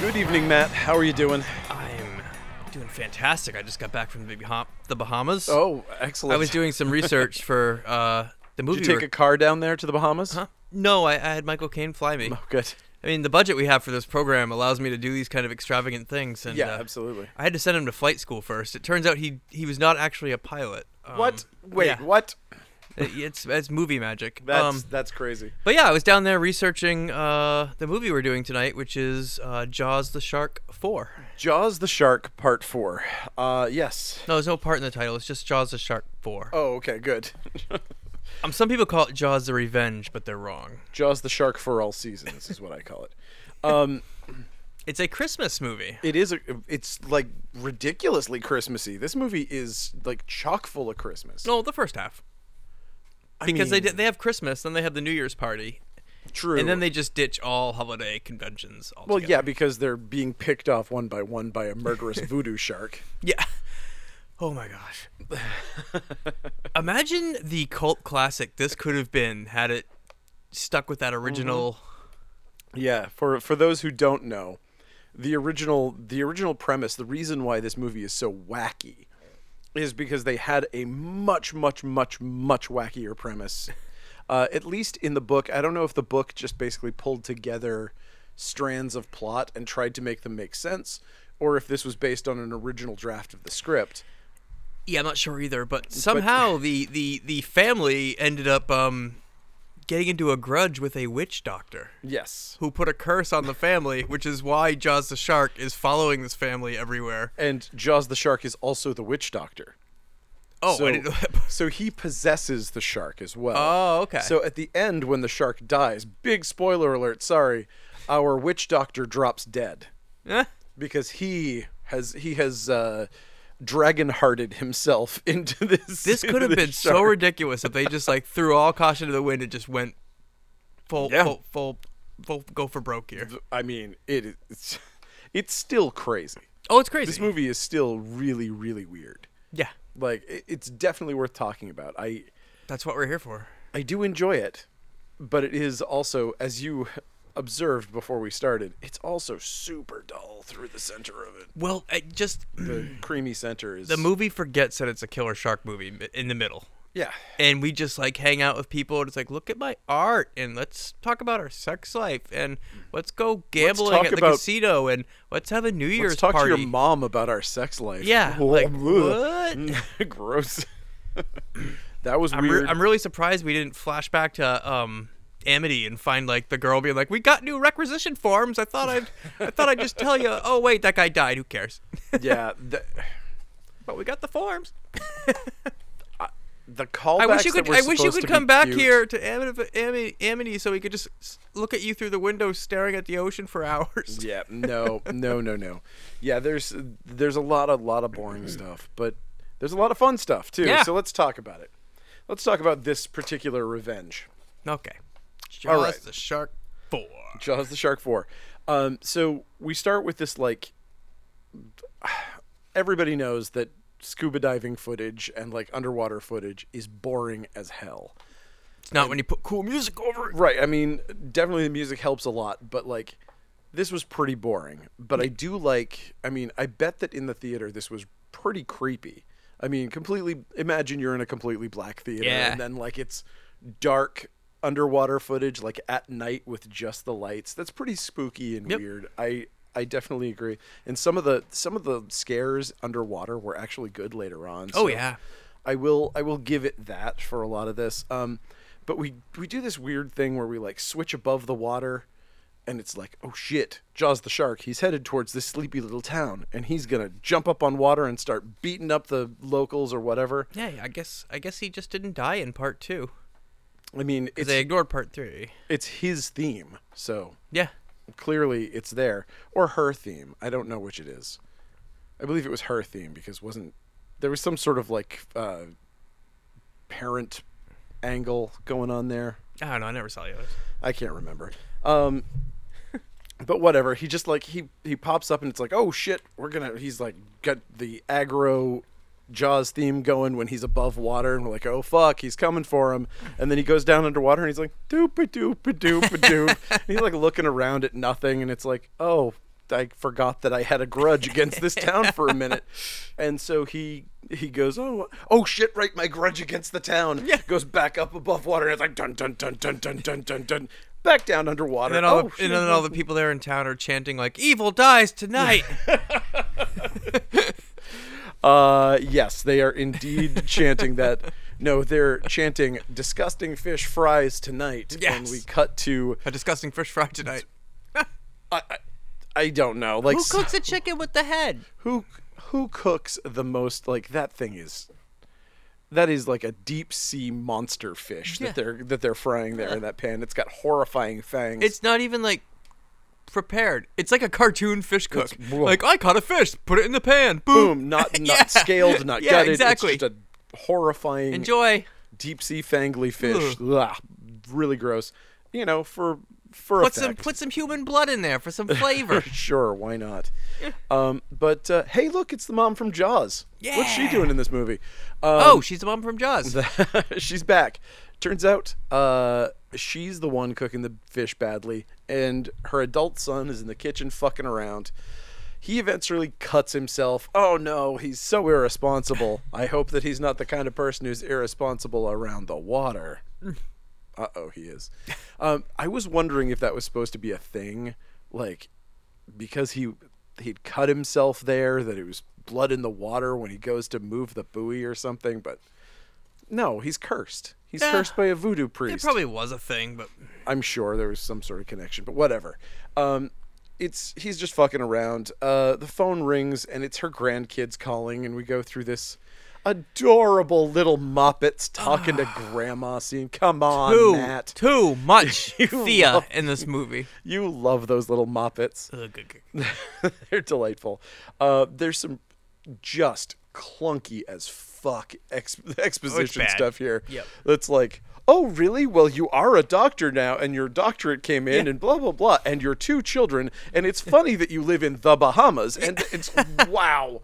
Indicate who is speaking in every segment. Speaker 1: Good evening, Matt. How are you doing?
Speaker 2: I'm doing fantastic. I just got back from the, Baha- the Bahamas.
Speaker 1: Oh, excellent.
Speaker 2: I was doing some research for uh, the movie.
Speaker 1: Did you take
Speaker 2: we
Speaker 1: a car down there to the Bahamas?
Speaker 2: were- Huh? No, I, I had Michael Caine fly me.
Speaker 1: Oh, good.
Speaker 2: I mean, the budget we have for this program allows me to do these kind of extravagant things. And,
Speaker 1: yeah,
Speaker 2: uh,
Speaker 1: absolutely.
Speaker 2: I had to send him to flight school first. It turns out he he was not actually a pilot. Um,
Speaker 1: what? Wait,
Speaker 2: yeah.
Speaker 1: what?
Speaker 2: it- it's it's movie magic.
Speaker 1: That's
Speaker 2: um,
Speaker 1: that's crazy.
Speaker 2: but yeah, I was down there researching uh, the movie we're doing tonight, which is uh, Jaws the Shark Four.
Speaker 1: Jaws the Shark Part Four. Uh, yes.
Speaker 2: No, there's no part in the title. It's just Jaws the Shark Four.
Speaker 1: Oh, okay, good.
Speaker 2: Um, some people call it Jaws the Revenge, but they're wrong.
Speaker 1: Jaws the Shark for all seasons is what I call it. Um,
Speaker 2: It's a Christmas movie.
Speaker 1: it is. A, it's like ridiculously Christmassy. This movie is like chock full of Christmas.
Speaker 2: No, the first half.
Speaker 1: I
Speaker 2: Because they
Speaker 1: mean,
Speaker 2: they they have Christmas, then they have the New Year's party,
Speaker 1: True.
Speaker 2: and then they just ditch all holiday conventions.
Speaker 1: Well,
Speaker 2: Altogether.
Speaker 1: yeah, because they're being picked off one by one by a murderous voodoo shark.
Speaker 2: yeah, yeah. Oh my gosh! Imagine the cult classic this could have been had it stuck with that original.
Speaker 1: Mm-hmm. Yeah, for for those who don't know, the original the original premise, the reason why this movie is so wacky is because they had a much much much much wackier premise. Uh, at least in the book, I don't know if the book just basically pulled together strands of plot and tried to make them make sense, or if this was based on an original draft of the script.
Speaker 2: Yeah, I'm not sure either, but somehow the the the family ended up um getting into a grudge with a witch doctor.
Speaker 1: Yes,
Speaker 2: who put a curse on the family, which is why Jaws the shark is following this family everywhere.
Speaker 1: and Jaws the shark is also the witch doctor.
Speaker 2: Oh,
Speaker 1: so,
Speaker 2: I didn't know that.
Speaker 1: so he possesses the shark as well.
Speaker 2: Oh, okay.
Speaker 1: So at the end, when the shark dies, big spoiler alert, sorry, our witch doctor drops dead
Speaker 2: Eh?
Speaker 1: because he has he has uh, dragon hearted himself into this.
Speaker 2: This
Speaker 1: into
Speaker 2: could have been so
Speaker 1: shark.
Speaker 2: ridiculous if they just like threw all caution to the wind and just went full,
Speaker 1: Yeah.
Speaker 2: full, full, full, go for broke here.
Speaker 1: I mean, it is. It's, it's still crazy.
Speaker 2: Oh, it's crazy.
Speaker 1: This movie is still really, really weird.
Speaker 2: Yeah,
Speaker 1: Like it, it's definitely worth talking about. I
Speaker 2: that's what we're here for.
Speaker 1: I do enjoy it, but it is also, as you observed before we started, it's also super dull through the center of it.
Speaker 2: Well, it just
Speaker 1: The creamy center is
Speaker 2: the movie forgets that it's a killer shark movie mi- in the middle.
Speaker 1: Yeah.
Speaker 2: and we just like hang out with people and it's like look at my art and let's talk about our sex life and let's go gambling
Speaker 1: talk
Speaker 2: at the
Speaker 1: about-
Speaker 2: casino and let's have a new year's
Speaker 1: Let's talk
Speaker 2: party
Speaker 1: to your mom about our sex life. Mm,
Speaker 2: Yeah, like, what?
Speaker 1: Gross. that was
Speaker 2: I'm, re-
Speaker 1: weird.
Speaker 2: I'm really surprised we didn't flash back to um amity and find like the girl being like we got new requisition forms i thought i'd i thought i'd just tell you oh wait that guy died who cares
Speaker 1: yeah. The,
Speaker 2: but we got the forms
Speaker 1: the callbacks.
Speaker 2: i wish you
Speaker 1: that
Speaker 2: could
Speaker 1: were
Speaker 2: i wish you
Speaker 1: supposed
Speaker 2: could
Speaker 1: to be
Speaker 2: come back
Speaker 1: cute-
Speaker 2: here to amity, amity, amity so we could just s- look at you through the window staring at the ocean for hours
Speaker 1: Yeah. No. No. No. No. Yeah. There's there's a lot a lot of boring stuff, but there's a lot of fun stuff too.
Speaker 2: Yeah.
Speaker 1: So let's talk about it. Let's talk about this particular revenge.
Speaker 2: Okay.
Speaker 1: All
Speaker 2: Jaws
Speaker 1: right.
Speaker 2: the Shark 4.
Speaker 1: Jaws the Shark 4. Um, so we start with this like everybody knows that scuba diving footage and like underwater footage is boring as hell.
Speaker 2: It's not when you put cool music over it.
Speaker 1: Right. I mean, definitely the music helps a lot, but like this was pretty boring. But I do like I mean, I bet that in the theater this was pretty creepy. I mean, completely imagine you're in a completely black theater
Speaker 2: Yeah.
Speaker 1: and then like it's dark underwater footage like at night with just the lights. That's pretty spooky and
Speaker 2: Yep.
Speaker 1: weird. I I definitely agree. And some of the some of the scares underwater were actually good later on.
Speaker 2: Oh,
Speaker 1: so
Speaker 2: yeah.
Speaker 1: I will I will give it that for a lot of this. Um, but we we do this weird thing where we like switch above the water, and it's like oh shit, Jaws the shark. He's headed towards this sleepy little town, and he's gonna jump up on water and start beating up the locals or whatever.
Speaker 2: Yeah, I guess I guess he just didn't die in part 2.
Speaker 1: I mean, it's
Speaker 2: They ignored part 3.
Speaker 1: it's his theme, so
Speaker 2: Yeah.
Speaker 1: clearly it's there or her theme. I don't know which it is. I believe it was her theme because wasn't there was some sort of like uh, parent angle going on there.
Speaker 2: I don't know, I never saw the others.
Speaker 1: I can't remember. Um, but whatever. He just like he he pops up and it's like, oh shit, we're gonna. He's like got the aggro Jaws theme going when he's above water, and we're like, oh fuck, he's coming for him. And then he goes down underwater and he's like, doop a doop a doop a doop. and he's like looking around at nothing, and it's like, oh I forgot that I had a grudge against this town for a minute. And so he he goes, oh, oh shit, right, my grudge against the town.
Speaker 2: Yeah.
Speaker 1: Goes back up above water, and it's like dun dun dun dun dun dun dun dun. Back down underwater.
Speaker 2: And then all,
Speaker 1: oh,
Speaker 2: the, and then all the people there in town are chanting like, "Evil dies tonight."
Speaker 1: Uh, yes, they are indeed chanting that. No, they're chanting "disgusting fish fries tonight." And
Speaker 2: Yes.
Speaker 1: we cut to
Speaker 2: a disgusting fish fry tonight.
Speaker 1: I, I, I don't know, like
Speaker 2: Who cooks a chicken with the head?
Speaker 1: who who cooks the most? Like that thing is that is like a deep sea monster fish
Speaker 2: Yeah.
Speaker 1: that they're that they're frying there in that pan. It's got horrifying fangs.
Speaker 2: It's not even like prepared. It's like a cartoon fish cook.
Speaker 1: It's- whoa.
Speaker 2: like I caught a fish, put it in the pan, boom.
Speaker 1: boom, not not
Speaker 2: Yeah.
Speaker 1: scaled, not
Speaker 2: Yeah,
Speaker 1: gutted.
Speaker 2: exactly.
Speaker 1: It's just a horrifying
Speaker 2: Enjoy.
Speaker 1: deep sea fangly fish. Ugh, really gross. You know, for for
Speaker 2: Put some
Speaker 1: effect.
Speaker 2: put some human blood in there for some flavor.
Speaker 1: sure, why not? um, but uh, hey, look, it's the mom from Jaws. What's she
Speaker 2: Yeah.
Speaker 1: doing in this movie? Um,
Speaker 2: oh, she's the mom from Jaws.
Speaker 1: she's back. Turns out uh, she's the one cooking the fish badly, and her adult son is in the kitchen fucking around. He eventually cuts himself. Oh no, he's so irresponsible. I hope that he's not the kind of person who's irresponsible around the water. Uh oh, he is. Um, I was wondering if that was supposed to be a thing, like because he he'd cut himself there, that it was blood in the water when he goes to move the buoy or something. But no, he's cursed. He's
Speaker 2: Yeah.
Speaker 1: cursed by a voodoo
Speaker 2: It
Speaker 1: priest.
Speaker 2: probably was a thing, but
Speaker 1: I'm sure there was some sort of connection, but whatever. Um, it's he's just fucking around. Uh, the phone rings and it's her grandkids calling, and we go through this adorable little moppets talking to grandma scene. Come on,
Speaker 2: too
Speaker 1: Matt,
Speaker 2: too much Thea
Speaker 1: love-
Speaker 2: in this movie.
Speaker 1: you love those little moppets.
Speaker 2: Ugh, ugh, ugh.
Speaker 1: They're delightful. Uh, there's some just clunky as fuck ex- exposition
Speaker 2: Oh, bad.
Speaker 1: stuff here.
Speaker 2: Yep.
Speaker 1: That's like, oh, really? Well, you are a doctor now, and your doctorate came in, and blah, blah, blah, and your two children, and it's funny that you live in the Bahamas, and it's wow.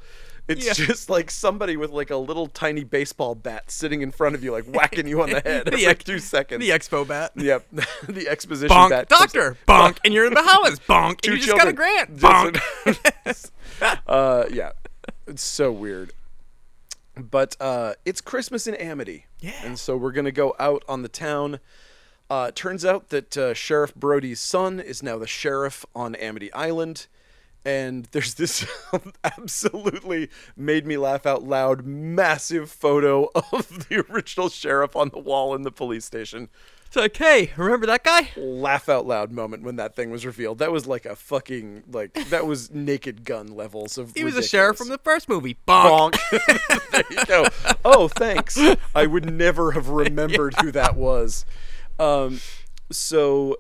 Speaker 1: It's
Speaker 2: Yeah.
Speaker 1: just like somebody with like a little tiny baseball bat sitting in front of you, like whacking you on the head
Speaker 2: The
Speaker 1: every
Speaker 2: ex-
Speaker 1: two seconds.
Speaker 2: The expo bat.
Speaker 1: Yep. the exposition
Speaker 2: Bonk,
Speaker 1: bat. comes-
Speaker 2: doctor, bonk, and you're in the Bahamas, bonk, and
Speaker 1: two
Speaker 2: you just
Speaker 1: children.
Speaker 2: got a grant, bonk.
Speaker 1: Just- uh, yeah, it's so weird. But uh, it's Christmas in Amity,
Speaker 2: Yeah.
Speaker 1: and so we're gonna go out on the town. Uh, turns out that uh, Sheriff Brody's son is now the sheriff on Amity Island, and there's this absolutely made me laugh out loud massive photo of the original sheriff on the wall in the police station
Speaker 2: It's like, hey, remember that guy?
Speaker 1: laugh out loud moment when that thing was revealed. That was like a fucking like that was Naked Gun levels of.
Speaker 2: He was a sheriff from the first movie, bonk.
Speaker 1: Bonk. there you go. Oh, thanks. I would never have remembered who that was. Um, so,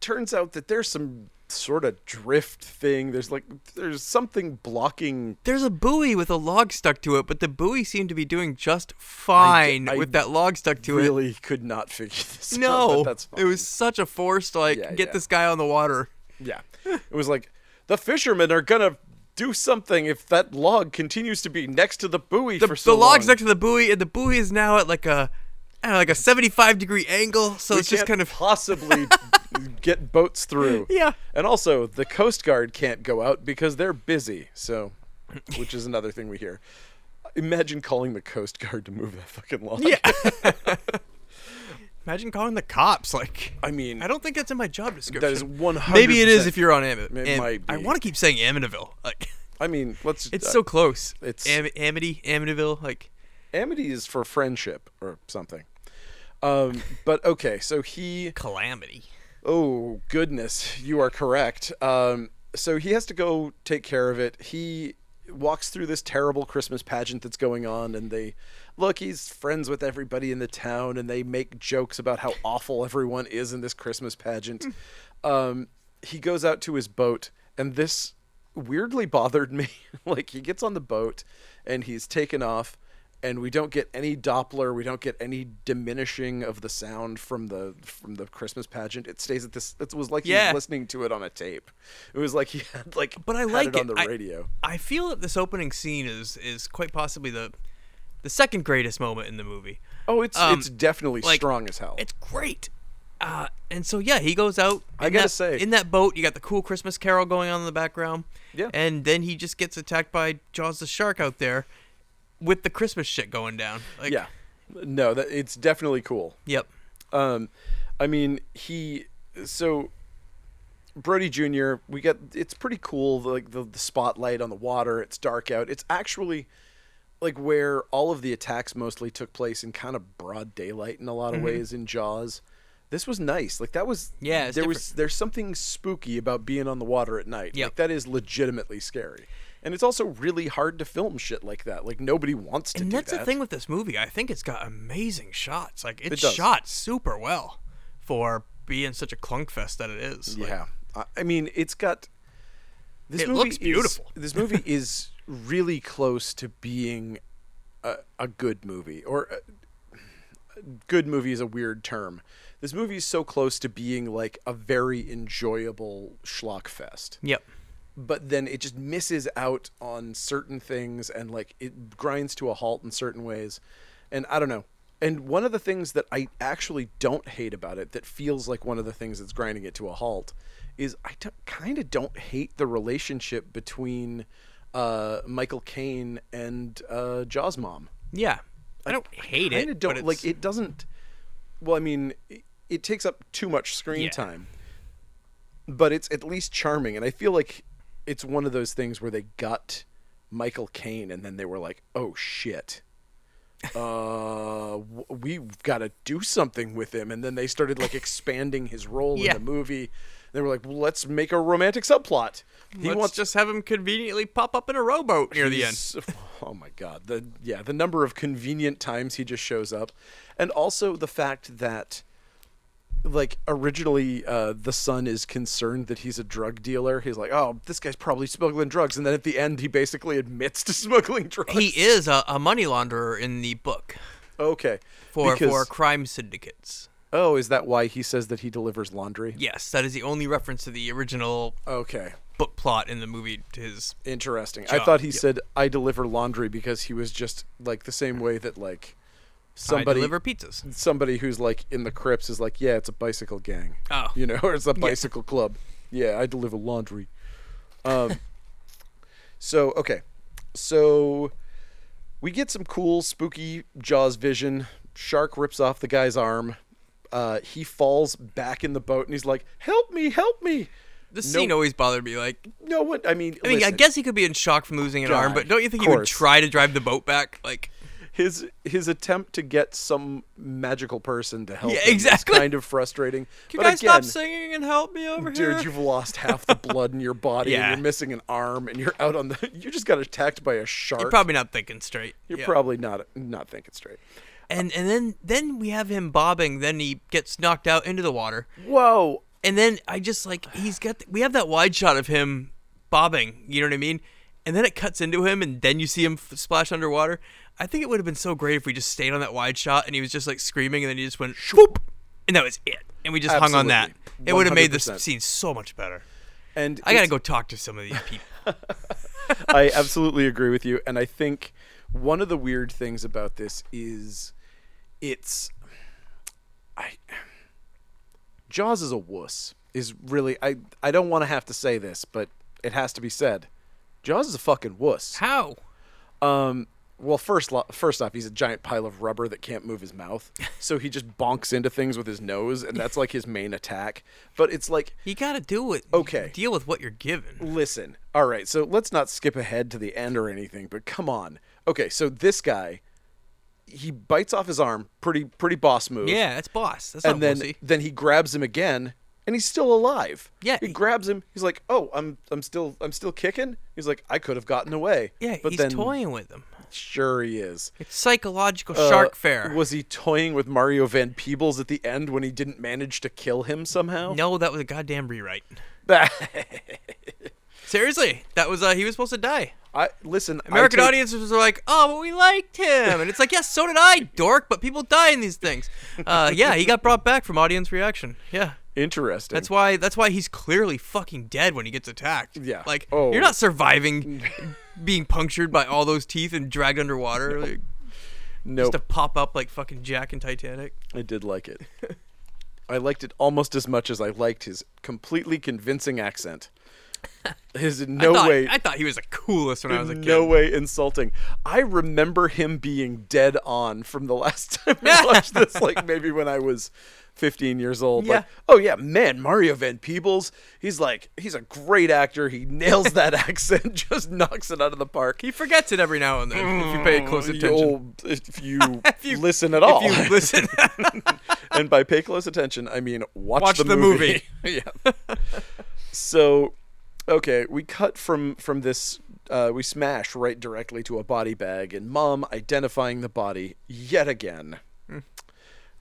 Speaker 1: turns out that there's some sort of drift thing. There's like there's something blocking
Speaker 2: There's a buoy with a log stuck to it, but the buoy seemed to be doing just fine
Speaker 1: I
Speaker 2: with that log stuck to it.
Speaker 1: really could not figure this out.
Speaker 2: No,
Speaker 1: but that's fine.
Speaker 2: it was such a forced like
Speaker 1: Yeah,
Speaker 2: get
Speaker 1: yeah.
Speaker 2: this guy on the water.
Speaker 1: Yeah. It was like, the fishermen are going to do something if that log continues to be next to the buoy
Speaker 2: The,
Speaker 1: for so
Speaker 2: the log's
Speaker 1: long.
Speaker 2: next to the buoy, and the buoy is now at like a, I don't know, like a 75 degree angle, so
Speaker 1: We
Speaker 2: it's just
Speaker 1: can't
Speaker 2: kind of
Speaker 1: possibly get boats through.
Speaker 2: Yeah.
Speaker 1: And also, the Coast Guard can't go out because they're busy. So, which is another thing we hear. Imagine calling the Coast Guard to move that fucking log.
Speaker 2: yeah. Imagine calling the cops. Like,
Speaker 1: I mean,
Speaker 2: I don't think that's in my job description.
Speaker 1: that is 100
Speaker 2: Maybe it is if you're on Amit.
Speaker 1: It might
Speaker 2: I
Speaker 1: be.
Speaker 2: want to keep saying Amityville. Like,
Speaker 1: I mean, let's.
Speaker 2: it's
Speaker 1: uh,
Speaker 2: so close.
Speaker 1: it's-
Speaker 2: Am- Amity, Amityville. Like,
Speaker 1: Amity is for friendship or something. Um, but okay, so he.
Speaker 2: calamity.
Speaker 1: Oh goodness, you are correct. Um, so he has to go take care of it. He walks through this terrible Christmas pageant that's going on, and they look. He's friends with everybody in the town, and they make jokes about how awful everyone is in this Christmas pageant. um, he goes out to his boat, and this weirdly bothered me. like he gets on the boat, and he's taken off and we don't get any Doppler. We don't get any diminishing of the sound from the from the Christmas pageant. It stays at this. It was like he
Speaker 2: Yeah.
Speaker 1: was listening to it on a tape. It was like he had like
Speaker 2: But I
Speaker 1: had
Speaker 2: like
Speaker 1: it on
Speaker 2: it.
Speaker 1: the
Speaker 2: I-
Speaker 1: radio.
Speaker 2: I feel that this opening scene is is quite possibly the the second greatest moment in the movie.
Speaker 1: Oh, it's
Speaker 2: Um,
Speaker 1: it's definitely
Speaker 2: like,
Speaker 1: strong as hell.
Speaker 2: It's great. uh, and so yeah, he goes out.
Speaker 1: I
Speaker 2: in
Speaker 1: gotta
Speaker 2: that-
Speaker 1: say-
Speaker 2: in that boat, you got the cool Christmas carol going on in the background.
Speaker 1: Yeah.
Speaker 2: and then he just gets attacked by Jaws the shark out there, with the Christmas shit going down. Like,
Speaker 1: yeah. No, that it's definitely cool.
Speaker 2: Yep.
Speaker 1: Um, I mean, he so Brody Jr. We got it's pretty cool. the- Like the, the spotlight on the water. It's dark out. It's actually like where all of the attacks mostly took place in kind of broad daylight in a lot of ways in Jaws. This was nice. Like that was
Speaker 2: Mm-hmm. Yeah,
Speaker 1: There
Speaker 2: it's
Speaker 1: was there's something spooky about being on the water at night.
Speaker 2: Yep.
Speaker 1: Like that is legitimately scary. And it's also really hard to film shit like that. Like nobody wants to
Speaker 2: And
Speaker 1: do
Speaker 2: that's
Speaker 1: that.
Speaker 2: the thing with this movie. I think it's got amazing shots. Like it's
Speaker 1: does.
Speaker 2: shot super well for being such a clunk fest that it is. Like,
Speaker 1: Yeah, I, I mean, it's got. This
Speaker 2: It
Speaker 1: movie
Speaker 2: looks
Speaker 1: is-
Speaker 2: beautiful.
Speaker 1: this movie is really close to being a, a good movie, or uh, good movie is a weird term. This movie is so close to being like a very enjoyable schlock fest,
Speaker 2: Yep.
Speaker 1: but then it just misses out on certain things, and like it grinds to a halt in certain ways, and I don't know. And one of the things that I actually don't hate about it, that feels like one of the things that's grinding it to a halt, is I kind of don't hate the relationship between uh, Michael Caine and uh, Jaws' mom.
Speaker 2: Yeah. I don't hate
Speaker 1: Kind
Speaker 2: it.
Speaker 1: of
Speaker 2: but
Speaker 1: don't like
Speaker 2: it's-
Speaker 1: it. Doesn't. Well, I mean, it, it takes up too much screen
Speaker 2: Yeah.
Speaker 1: time, but it's at least charming, and I feel like it's one of those things where they got Michael Caine, and then they were like, "Oh shit." uh w- we've got to do something with him and then they started like expanding his role
Speaker 2: Yeah.
Speaker 1: in the movie they were like well, let's make a romantic subplot he
Speaker 2: Let's
Speaker 1: wants
Speaker 2: just have him conveniently pop up in a rowboat near the end.
Speaker 1: He's- Oh my god. The yeah, the number of convenient times he just shows up. And also the fact that like originally uh, the son is concerned that he's a drug dealer. He's like, "Oh, this guy's probably smuggling drugs." And then at the end he basically admits to smuggling drugs.
Speaker 2: He is a, a money launderer in the book
Speaker 1: okay.
Speaker 2: for
Speaker 1: Because-
Speaker 2: for crime syndicates.
Speaker 1: Oh, is that why he says that he delivers laundry?
Speaker 2: Yes, that is the only reference to the original
Speaker 1: Okay.
Speaker 2: book plot in the movie. To his
Speaker 1: Interesting. I
Speaker 2: Job,
Speaker 1: thought he
Speaker 2: yep.
Speaker 1: said I deliver laundry because he was just like the same way that like
Speaker 2: I
Speaker 1: somebody
Speaker 2: deliver pizzas.
Speaker 1: somebody who's like in the crypts is like, yeah, it's a bicycle gang.
Speaker 2: Oh.
Speaker 1: You know, or it's a bicycle club. Yeah, I deliver laundry. Um, so okay, so we get some cool, spooky Jaws vision. Shark rips off the guy's arm. Uh, he falls back in the boat and he's like, "Help me! Help me!"
Speaker 2: This
Speaker 1: No-
Speaker 2: scene always bothered me. Like,
Speaker 1: No one. I mean,
Speaker 2: I mean, I
Speaker 1: listen,
Speaker 2: guess he could be in shock from losing an arm,
Speaker 1: God,
Speaker 2: but don't you think
Speaker 1: of
Speaker 2: he would
Speaker 1: course.
Speaker 2: try to drive the boat back? Like,
Speaker 1: his his attempt to get some magical person to help
Speaker 2: Yeah,
Speaker 1: him is
Speaker 2: exactly.
Speaker 1: kind of frustrating.
Speaker 2: can
Speaker 1: but
Speaker 2: you guys
Speaker 1: again,
Speaker 2: stop singing and help me over
Speaker 1: Dude,
Speaker 2: here?
Speaker 1: you've lost half the blood in your body.
Speaker 2: Yeah.
Speaker 1: and you're missing an arm, and you're out on the. You just got attacked by a shark.
Speaker 2: You're probably not thinking straight.
Speaker 1: You're
Speaker 2: Yeah.
Speaker 1: probably not not thinking straight.
Speaker 2: and and then then we have him bobbing. Then he gets knocked out into the water.
Speaker 1: Whoa!
Speaker 2: And then I just like he's got we have that wide shot of him bobbing, you know what I mean? And then it cuts into him and then you see him f- splash underwater. I think it would have been so great if we just stayed on that wide shot and he was just like screaming and then he just went whoop and that was it. And we just hung on that.
Speaker 1: Absolutely.
Speaker 2: It would have made this
Speaker 1: 100%.
Speaker 2: scene so much better.
Speaker 1: And
Speaker 2: I got to
Speaker 1: it's-
Speaker 2: go talk to some of these people.
Speaker 1: I absolutely agree with you, and I think one of the weird things about this is it's I Jaws is a wuss. Is really I I don't want to have to say this, but it has to be said. Jaws is a fucking wuss.
Speaker 2: How?
Speaker 1: Um, well, first, lo- first off, he's a giant pile of rubber that can't move his mouth, so he just bonks into things with his nose, and that's like his main attack. But it's like,
Speaker 2: You got to do it.
Speaker 1: Okay.
Speaker 2: Deal with what you're given.
Speaker 1: listen, all right, so let's not skip ahead to the end or anything, but come on. Okay, so this guy, he bites off his arm, pretty pretty boss move,
Speaker 2: Yeah, oh, that's boss. That's
Speaker 1: and
Speaker 2: not
Speaker 1: then
Speaker 2: wussy.
Speaker 1: then he grabs him again, and he's still alive.
Speaker 2: Yeah,
Speaker 1: he
Speaker 2: he-
Speaker 1: grabs him. He's like, "Oh, I'm I'm still I'm still kicking." He's like, "I could have gotten away."
Speaker 2: Yeah,
Speaker 1: but
Speaker 2: he's
Speaker 1: then
Speaker 2: toying with them.
Speaker 1: sure he is.
Speaker 2: It's psychological
Speaker 1: Uh,
Speaker 2: shark fare.
Speaker 1: Was he toying with Mario Van Peebles at the end when he didn't manage to kill him somehow?
Speaker 2: no, that was a goddamn rewrite.
Speaker 1: I
Speaker 2: Seriously, that was uh, he was supposed to die.
Speaker 1: listen. I
Speaker 2: American
Speaker 1: take-
Speaker 2: audiences were like, "Oh, but we liked him," and it's like, "Yes, so did I, dork." But people die in these things. Uh, yeah, he got brought back from audience reaction. Yeah,
Speaker 1: Interesting.
Speaker 2: that's why. That's why he's clearly fucking dead when he gets attacked.
Speaker 1: Yeah.
Speaker 2: like
Speaker 1: Oh.
Speaker 2: you're not surviving being punctured by all those teeth and dragged underwater like,
Speaker 1: nope.
Speaker 2: to pop up like fucking Jack and Titanic.
Speaker 1: I did like it. I liked it almost as much as I liked his completely convincing accent. His in no
Speaker 2: I thought,
Speaker 1: way
Speaker 2: I thought he was the coolest when I was a kid.
Speaker 1: no way insulting. I remember him being dead on from the last time I watched this, like maybe when I was 15 years old. Like,
Speaker 2: Yeah.
Speaker 1: oh yeah, man, Mario Van Peebles. He's like, he's a great actor. He nails that accent, just knocks it out of the park.
Speaker 2: He forgets it every now and then if you pay close
Speaker 1: Mm,
Speaker 2: attention.
Speaker 1: You'll- if you
Speaker 2: If you-
Speaker 1: listen at all,
Speaker 2: If you listen,
Speaker 1: and by pay close attention, I mean watch,
Speaker 2: Watch the movie.
Speaker 1: yeah. so, okay, we cut from from this. Uh, we smash right directly to a body bag and mom identifying the body yet again.
Speaker 2: Hmm.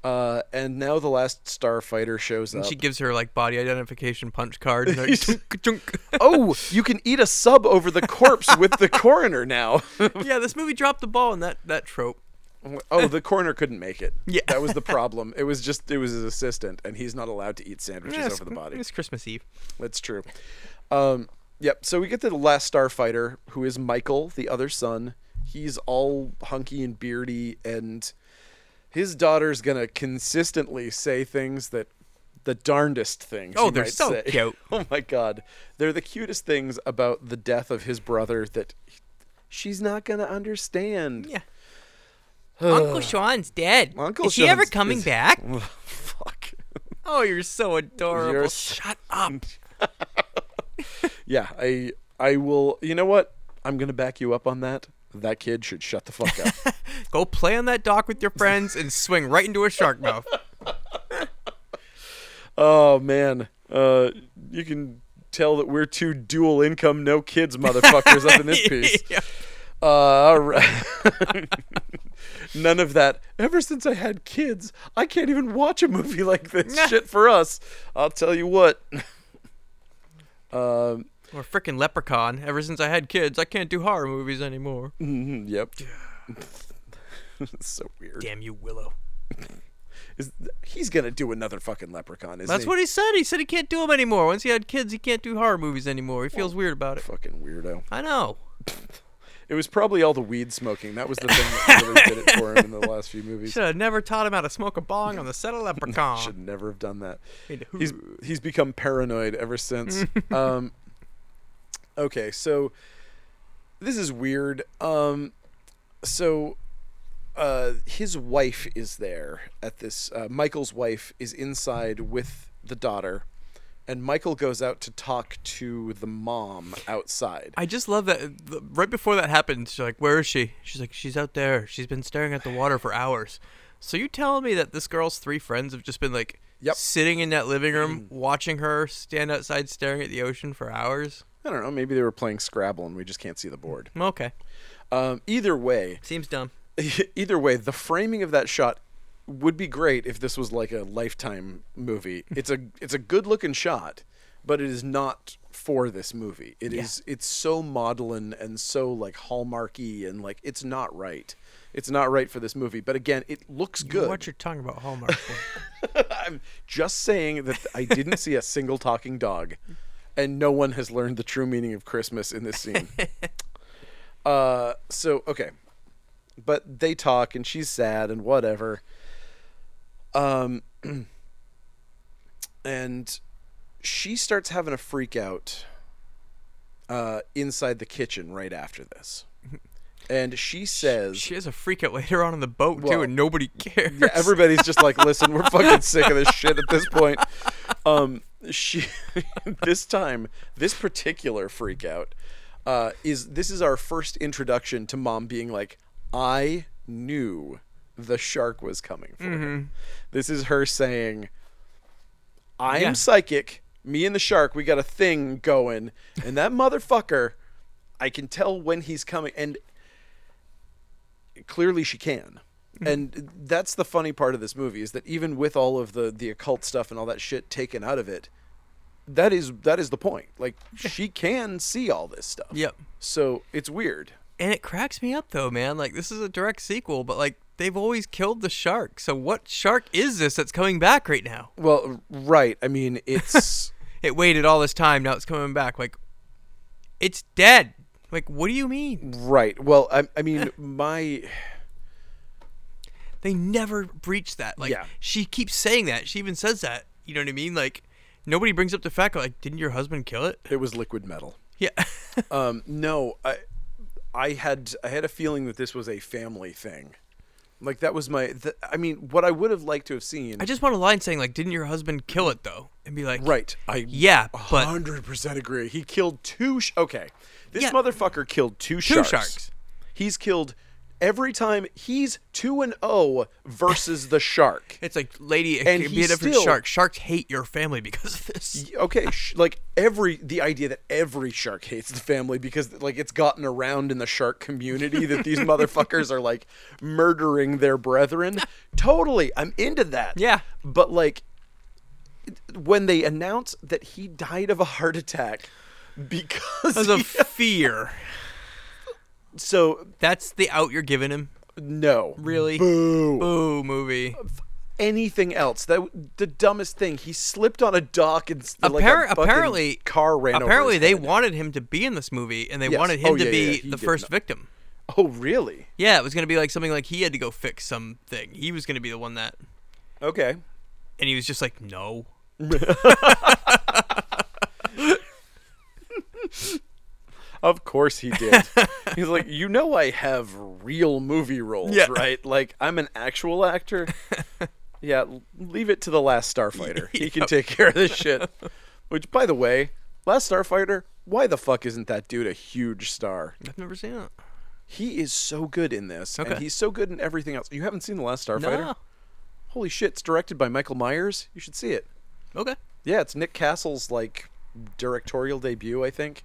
Speaker 1: Uh, and now the last starfighter shows up.
Speaker 2: she gives her like body identification punch card. And like, chunk, chunk.
Speaker 1: oh, you can eat a sub over the corpse with the coroner now.
Speaker 2: yeah, this movie dropped the ball in that that trope.
Speaker 1: oh, the coroner couldn't make it.
Speaker 2: Yeah.
Speaker 1: that was the problem. It was just it was his assistant, and he's not allowed to eat sandwiches
Speaker 2: Yes,
Speaker 1: over the body.
Speaker 2: It's Christmas Eve.
Speaker 1: That's true. Um, yep. So we get to the last starfighter, who is Michael, the other son. He's all hunky and beardy, and his daughter's gonna consistently say things that the darndest things.
Speaker 2: Oh,
Speaker 1: you
Speaker 2: they're
Speaker 1: might
Speaker 2: so
Speaker 1: say.
Speaker 2: cute.
Speaker 1: Oh my god, they're the cutest things about the death of his brother that she's not gonna understand.
Speaker 2: Yeah. Uncle Sean's dead.
Speaker 1: Uncle
Speaker 2: is he ever
Speaker 1: Sean's-
Speaker 2: coming
Speaker 1: is-
Speaker 2: back?
Speaker 1: Fuck.
Speaker 2: Oh, you're so adorable.
Speaker 1: You're so-
Speaker 2: Shut up.
Speaker 1: Yeah, I I will. You know what? I'm gonna back you up on that. That kid should shut the fuck up.
Speaker 2: Go play on that dock with your friends and swing right into a shark mouth.
Speaker 1: Oh man, uh, you can tell that we're two dual income, no kids motherfuckers up in this piece.
Speaker 2: Yeah.
Speaker 1: Uh, all right. None of that. Ever since I had kids, I can't even watch a movie like this. Shit for us. I'll tell you what. um,
Speaker 2: Or frickin' leprechaun. Ever since I had kids, I can't do horror movies anymore.
Speaker 1: mhm, yep. so weird.
Speaker 2: Damn you, Willow.
Speaker 1: Is, he's gonna do another fucking leprechaun, isn't
Speaker 2: That's
Speaker 1: he?
Speaker 2: what he said. He said he can't do them anymore. Once he had kids, he can't do horror movies anymore. He feels weird about it.
Speaker 1: Fucking weirdo.
Speaker 2: I know.
Speaker 1: It was probably all the weed smoking. That was the thing that really did it for him in the last few movies.
Speaker 2: Should have never taught him how to smoke a bong on the set of Leprechaun.
Speaker 1: Should never have done that.
Speaker 2: Made it
Speaker 1: He's he's become paranoid ever since. um, okay, so this is weird. Um, so uh, his wife is there at this. Uh, Michael's wife is inside with the daughter, and Michael goes out to talk to the mom outside.
Speaker 2: I just love that. the- Right before that happened, she's like, "Where is she?" She's like, "She's out there. She's been staring at the water for hours." So you telling me that this girl's three friends have just been like
Speaker 1: Yep. Mm.
Speaker 2: sitting in that living room watching her stand outside staring at the ocean for hours?
Speaker 1: I don't know. Maybe they were playing Scrabble and we just can't see the board.
Speaker 2: Okay,
Speaker 1: Um, either way,
Speaker 2: seems dumb.
Speaker 1: either way, the framing of that shot would be great if this was like a lifetime movie. It's a it's a good looking shot, but it is not for this movie. It is it's so maudlin and so like hallmarky and like it's not right. It's not right for this movie. But again, it looks good.
Speaker 2: What you're talking about, Hallmark? for?
Speaker 1: I'm just saying that I didn't see a single talking dog, and no one has learned the true meaning of Christmas in this scene. uh, so okay, but they talk, and she's sad and whatever. Um, and she starts having a freak out uh, inside the kitchen right after this, and she says.
Speaker 2: she has a freak out later on in the boat too,
Speaker 1: Well,
Speaker 2: and nobody cares.
Speaker 1: Yeah, everybody's just like, listen, we're fucking sick of this shit at this point. Um, she, this time, this particular freak out, uh, is this is our first introduction to mom being like, I knew the shark was coming for him. This is her saying, I
Speaker 2: Yeah.
Speaker 1: am psychic. Me and the shark, we got a thing going, and that motherfucker, I can tell when he's coming. And clearly she can.
Speaker 2: Mm-hmm.
Speaker 1: And that's the funny part of this movie is that even with all of the the occult stuff and all that shit taken out of it, that is that is the point. Like she can see all this stuff.
Speaker 2: Yep.
Speaker 1: So it's weird.
Speaker 2: And it cracks me up though, man. Like this is a direct sequel, but like they've always killed the shark. So what shark is this that's coming back right now?
Speaker 1: Well, right. I mean, it's
Speaker 2: it waited all this time now it's coming back like it's dead like what do you mean
Speaker 1: right. Well, I, I mean, my
Speaker 2: They never breach that. Like
Speaker 1: Yeah.
Speaker 2: she keeps saying that. She even says that. You know what I mean? Like nobody brings up the fact like, didn't your husband kill it?
Speaker 1: It was liquid metal.
Speaker 2: Yeah.
Speaker 1: Um, no, I, I had I had a feeling that this was a family thing. Like that was my. Th- I mean, what I would have liked to have seen.
Speaker 2: I just want a line saying like, didn't your husband kill it though? And be like,
Speaker 1: right. I
Speaker 2: Yeah, but
Speaker 1: hundred percent agree. He killed two. Sh- okay, this
Speaker 2: Yeah.
Speaker 1: motherfucker killed two,
Speaker 2: Two
Speaker 1: sharks.
Speaker 2: sharks.
Speaker 1: He's killed every time. He's two and O versus the shark.
Speaker 2: it's like, lady, it
Speaker 1: And
Speaker 2: could
Speaker 1: he
Speaker 2: be a different
Speaker 1: still-
Speaker 2: shark. Sharks hate your family because of this.
Speaker 1: okay sh- like every the idea that every shark hates the family because like it's gotten around in the shark community that these motherfuckers are like murdering their brethren totally i'm into that
Speaker 2: Yeah.
Speaker 1: but like when they announce that he died of a heart attack because
Speaker 2: Because of
Speaker 1: he-
Speaker 2: fear.
Speaker 1: so
Speaker 2: That's the out you're giving him.
Speaker 1: no
Speaker 2: Really?
Speaker 1: Boo.
Speaker 2: Boo movie.
Speaker 1: anything else that the dumbest thing he slipped on a dock and s- like
Speaker 2: Appar-
Speaker 1: a fucking
Speaker 2: apparently,
Speaker 1: car ran over
Speaker 2: Apparently,
Speaker 1: his
Speaker 2: they
Speaker 1: head.
Speaker 2: wanted him to be in this movie, and they
Speaker 1: Yes.
Speaker 2: wanted him
Speaker 1: Oh,
Speaker 2: to
Speaker 1: yeah,
Speaker 2: be
Speaker 1: yeah, yeah. He
Speaker 2: the
Speaker 1: did
Speaker 2: first
Speaker 1: not-
Speaker 2: victim.
Speaker 1: oh really
Speaker 2: Yeah, it was gonna be like something like he had to go fix something. He was gonna be the one that,
Speaker 1: okay
Speaker 2: and he was just like, no.
Speaker 1: Of course he did. He's like, you know, I have real movie roles,
Speaker 2: Yeah.
Speaker 1: right? Like I'm an actual actor. yeah, l- leave it to the last Starfighter. He can take care of this shit. Which, by the way, last Starfighter. Why the fuck isn't that dude a huge star?
Speaker 2: I've never seen it.
Speaker 1: He is so good in this, and
Speaker 2: Okay.
Speaker 1: he's so good in everything else. You haven't seen the last Starfighter?
Speaker 2: No.
Speaker 1: Holy shit! It's directed by Michael Myers. You should see it.
Speaker 2: Okay.
Speaker 1: Yeah, it's Nick Castle's like directorial debut, I think.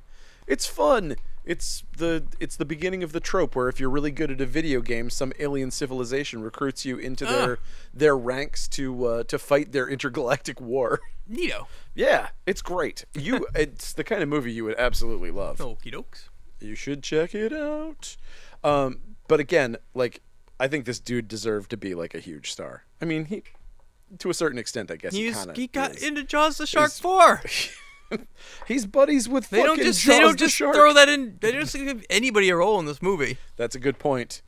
Speaker 1: It's fun. It's the it's the beginning of the trope where if you're really good at a video game, some alien civilization recruits you into their their ranks to uh, to fight their intergalactic war.
Speaker 2: Neato.
Speaker 1: yeah, it's great. You it's the kind of movie you would absolutely love.
Speaker 2: Okie dokes.
Speaker 1: You should check it out. Um, but again, like I think this dude deserved to be like a huge star. I mean, he to a certain extent, I guess he
Speaker 2: He's,
Speaker 1: kind of
Speaker 2: he got into Jaws the Shark Four.
Speaker 1: He's buddies with
Speaker 2: They
Speaker 1: fucking
Speaker 2: don't just
Speaker 1: Jaws
Speaker 2: they
Speaker 1: the
Speaker 2: don't just
Speaker 1: shark.
Speaker 2: throw that in. They don't just give anybody a role in this movie.
Speaker 1: That's a good point.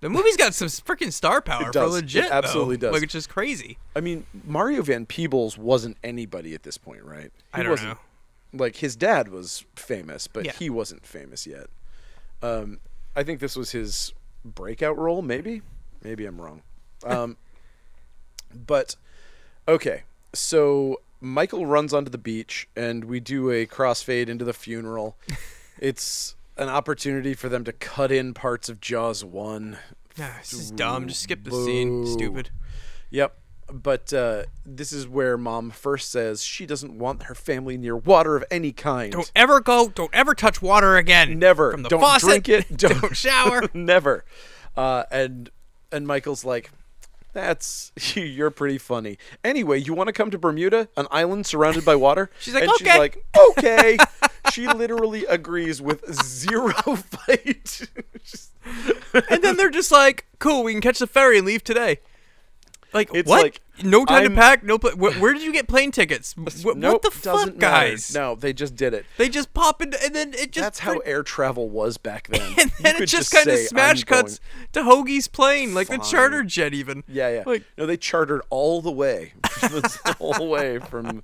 Speaker 2: The movie's got some freaking star power for
Speaker 1: does.
Speaker 2: legit.
Speaker 1: It absolutely
Speaker 2: though,
Speaker 1: does.
Speaker 2: Like it's just crazy.
Speaker 1: I mean, Mario Van Peebles wasn't anybody at this point, right? He
Speaker 2: I don't
Speaker 1: wasn't,
Speaker 2: know.
Speaker 1: Like his dad was famous, but
Speaker 2: Yeah.
Speaker 1: he wasn't famous yet. Um, I think this was his breakout role. Maybe, maybe I'm wrong. Um, but okay, so Michael runs onto the beach, and we do a crossfade into the funeral. it's an opportunity for them to cut in parts of Jaws one.
Speaker 2: Nah, this is dumb. Just skip the scene.
Speaker 1: Boo.
Speaker 2: Stupid.
Speaker 1: Yep. But uh, this is where mom first says she doesn't want her family near water of any kind.
Speaker 2: Don't ever go. Don't ever touch water again.
Speaker 1: Never.
Speaker 2: From the
Speaker 1: Don't
Speaker 2: faucet.
Speaker 1: drink it.
Speaker 2: Don't,
Speaker 1: Don't-
Speaker 2: shower.
Speaker 1: Never. Uh, and and Michael's like, that's you're pretty funny. Anyway, you want to come to Bermuda, an island surrounded by water?
Speaker 2: She's like,
Speaker 1: and
Speaker 2: "Okay."
Speaker 1: she's like, okay. she literally agrees with zero fight. Just-
Speaker 2: and then they're just like, "Cool, we can catch the ferry and leave today." Like
Speaker 1: It's
Speaker 2: what?
Speaker 1: like,
Speaker 2: no time
Speaker 1: I'm-
Speaker 2: to pack. No. Pla- wh- where did you get plane tickets? Wh- wh-
Speaker 1: nope,
Speaker 2: what the
Speaker 1: doesn't
Speaker 2: fuck,
Speaker 1: matter.
Speaker 2: guys?
Speaker 1: No, they just did it.
Speaker 2: They just pop into, and then it just
Speaker 1: That's how air travel was back then.
Speaker 2: and
Speaker 1: You
Speaker 2: then
Speaker 1: could
Speaker 2: it just, kind of
Speaker 1: say, "I'm
Speaker 2: smash
Speaker 1: going
Speaker 2: cuts to Hoagie's plane, like the
Speaker 1: Fine.
Speaker 2: charter jet, even.
Speaker 1: Yeah, yeah.
Speaker 2: Like,
Speaker 1: no, they chartered all the way, the whole way from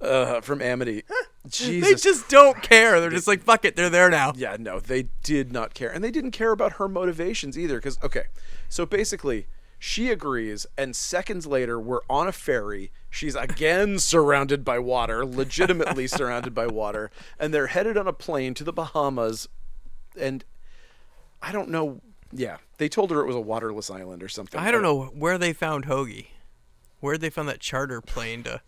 Speaker 1: uh, from Amity. Jesus.
Speaker 2: they just don't care. They're just like, fuck it, they're there now.
Speaker 1: yeah, no, they did not care, and they didn't care about her motivations either. Because okay, so basically, she agrees, and seconds later, we're on a ferry. She's again surrounded by water, legitimately surrounded by water, and they're headed on a plane to the Bahamas, and I don't know. Yeah, they told her it was a waterless island or something.
Speaker 2: I don't know where they found Hoagie. Where they found that charter plane to?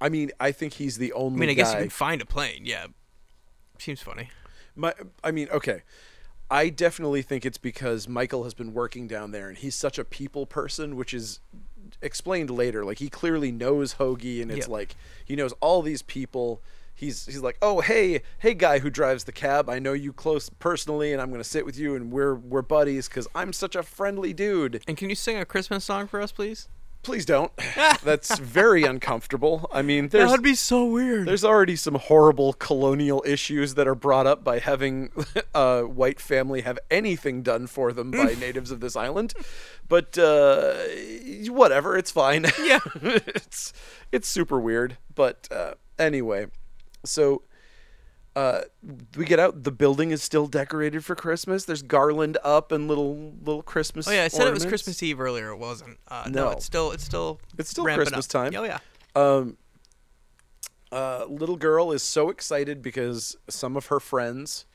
Speaker 1: I mean, I think he's the only.
Speaker 2: I mean, I guess you
Speaker 1: guy-
Speaker 2: can find a plane. Yeah, seems funny.
Speaker 1: My, I mean, okay. I definitely think it's because Michael has been working down there, and he's such a people person, which is explained later. Like he clearly knows Hoagie, and it's
Speaker 2: Yep.
Speaker 1: like he knows all these people. He's he's like, oh hey hey guy who drives the cab, I know you close personally, and I'm gonna sit with you, and we're we're buddies because I'm such a friendly dude.
Speaker 2: And can you sing a Christmas song for us, please?
Speaker 1: Please don't. That's very uncomfortable. I mean,
Speaker 2: That
Speaker 1: there's
Speaker 2: would be so weird.
Speaker 1: there's already some horrible colonial issues that are brought up by having a white family have anything done for them by natives of this island. But uh, whatever, it's fine.
Speaker 2: Yeah.
Speaker 1: it's it's super weird. But uh, anyway, so uh, we get out. The building is still decorated for Christmas. There's garland up and little little Christmas.
Speaker 2: Oh yeah, I said it was
Speaker 1: ornaments.
Speaker 2: Christmas Eve earlier. It wasn't. Uh, no.
Speaker 1: No.
Speaker 2: it's still it's still
Speaker 1: It's still
Speaker 2: ramping
Speaker 1: Christmas
Speaker 2: up.
Speaker 1: time.
Speaker 2: Oh yeah.
Speaker 1: Um, uh, little girl is so excited because some of her friends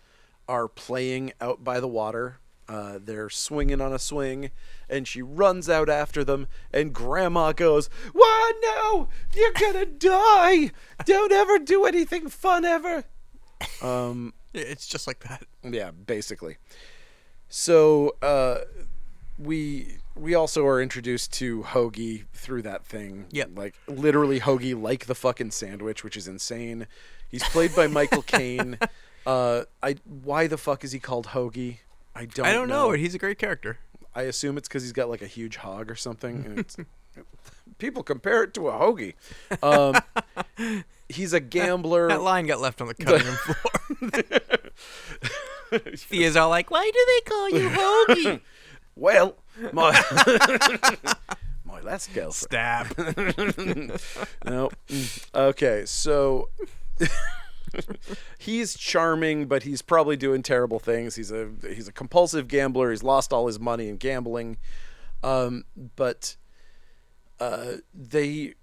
Speaker 1: are playing out by the water. Uh, they're swinging on a swing, and she runs out after them. And Grandma goes, "Why no? You're gonna die! Don't ever do anything fun ever." Um,
Speaker 2: It's just like that.
Speaker 1: yeah, basically. So uh, we we also are introduced to hoagie through that thing.
Speaker 2: Yep.
Speaker 1: like literally hoagie like the fucking sandwich, which is insane. He's played by Michael Caine. Uh, I why the fuck is he called hoagie? I don't.
Speaker 2: I don't know. He's a great character.
Speaker 1: I assume it's because he's got like a huge hog or something. And it's, people compare it to a hoagie. Um, he's a gambler.
Speaker 2: That line got left on the cutting room floor. Thea's all like, "Why do they call you Hoagie?"
Speaker 1: Well, my my last girlfriend.
Speaker 2: Stab.
Speaker 1: no. Okay, so he's charming, but he's probably doing terrible things. He's a he's a compulsive gambler. He's lost all his money in gambling. Um, but uh, they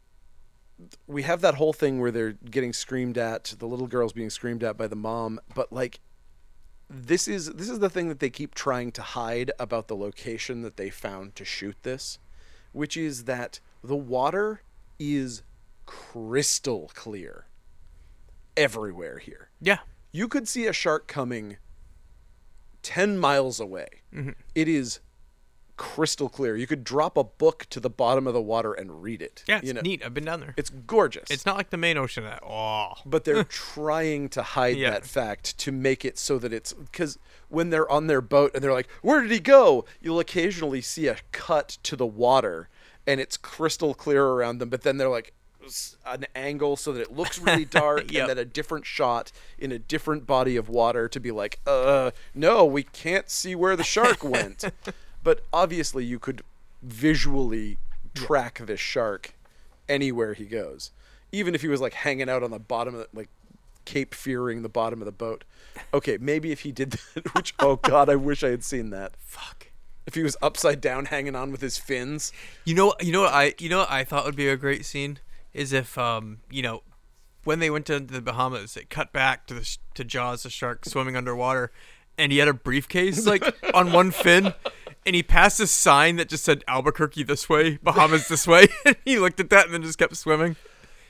Speaker 1: we have that whole thing where they're getting screamed at. The little girl's being screamed at by the mom, but like this is this is the thing that they keep trying to hide about the location that they found to shoot this, which is that the water is crystal clear everywhere here.
Speaker 2: Yeah.
Speaker 1: You could see a shark coming 10 miles away.
Speaker 2: Mm-hmm.
Speaker 1: It is crystal clear. You could drop a book to the bottom of the water and read it.
Speaker 2: Yeah, it's
Speaker 1: you know,
Speaker 2: neat. I've been down there.
Speaker 1: It's gorgeous
Speaker 2: It's not like the main ocean at all.
Speaker 1: but they're trying to hide
Speaker 2: Yeah.
Speaker 1: that fact to make it so that it's because when they're on their boat and they're like, "Where did he go?" You'll occasionally see a cut to the water, and it's crystal clear around them. But then they're like s- an angle so that it looks really dark,
Speaker 2: Yep.
Speaker 1: and then a different shot in a different body of water to be like, "Uh, no, we can't see where the shark went." but obviously, you could visually track this shark anywhere he goes. Even if he was like hanging out on the bottom of the, like Cape Fearing the bottom of the boat. Okay, maybe if he did that, which oh god, I wish I had seen that.
Speaker 2: Fuck.
Speaker 1: If he was upside down hanging on with his fins.
Speaker 2: You know, you know what I, you know what I thought would be a great scene is if, um, you know, when they went to the Bahamas, it cut back to the sh- to Jaws the shark swimming underwater, and he had a briefcase like on one fin, and he passed a sign that just said Albuquerque this way, Bahamas this way. and he looked at that and then just kept swimming.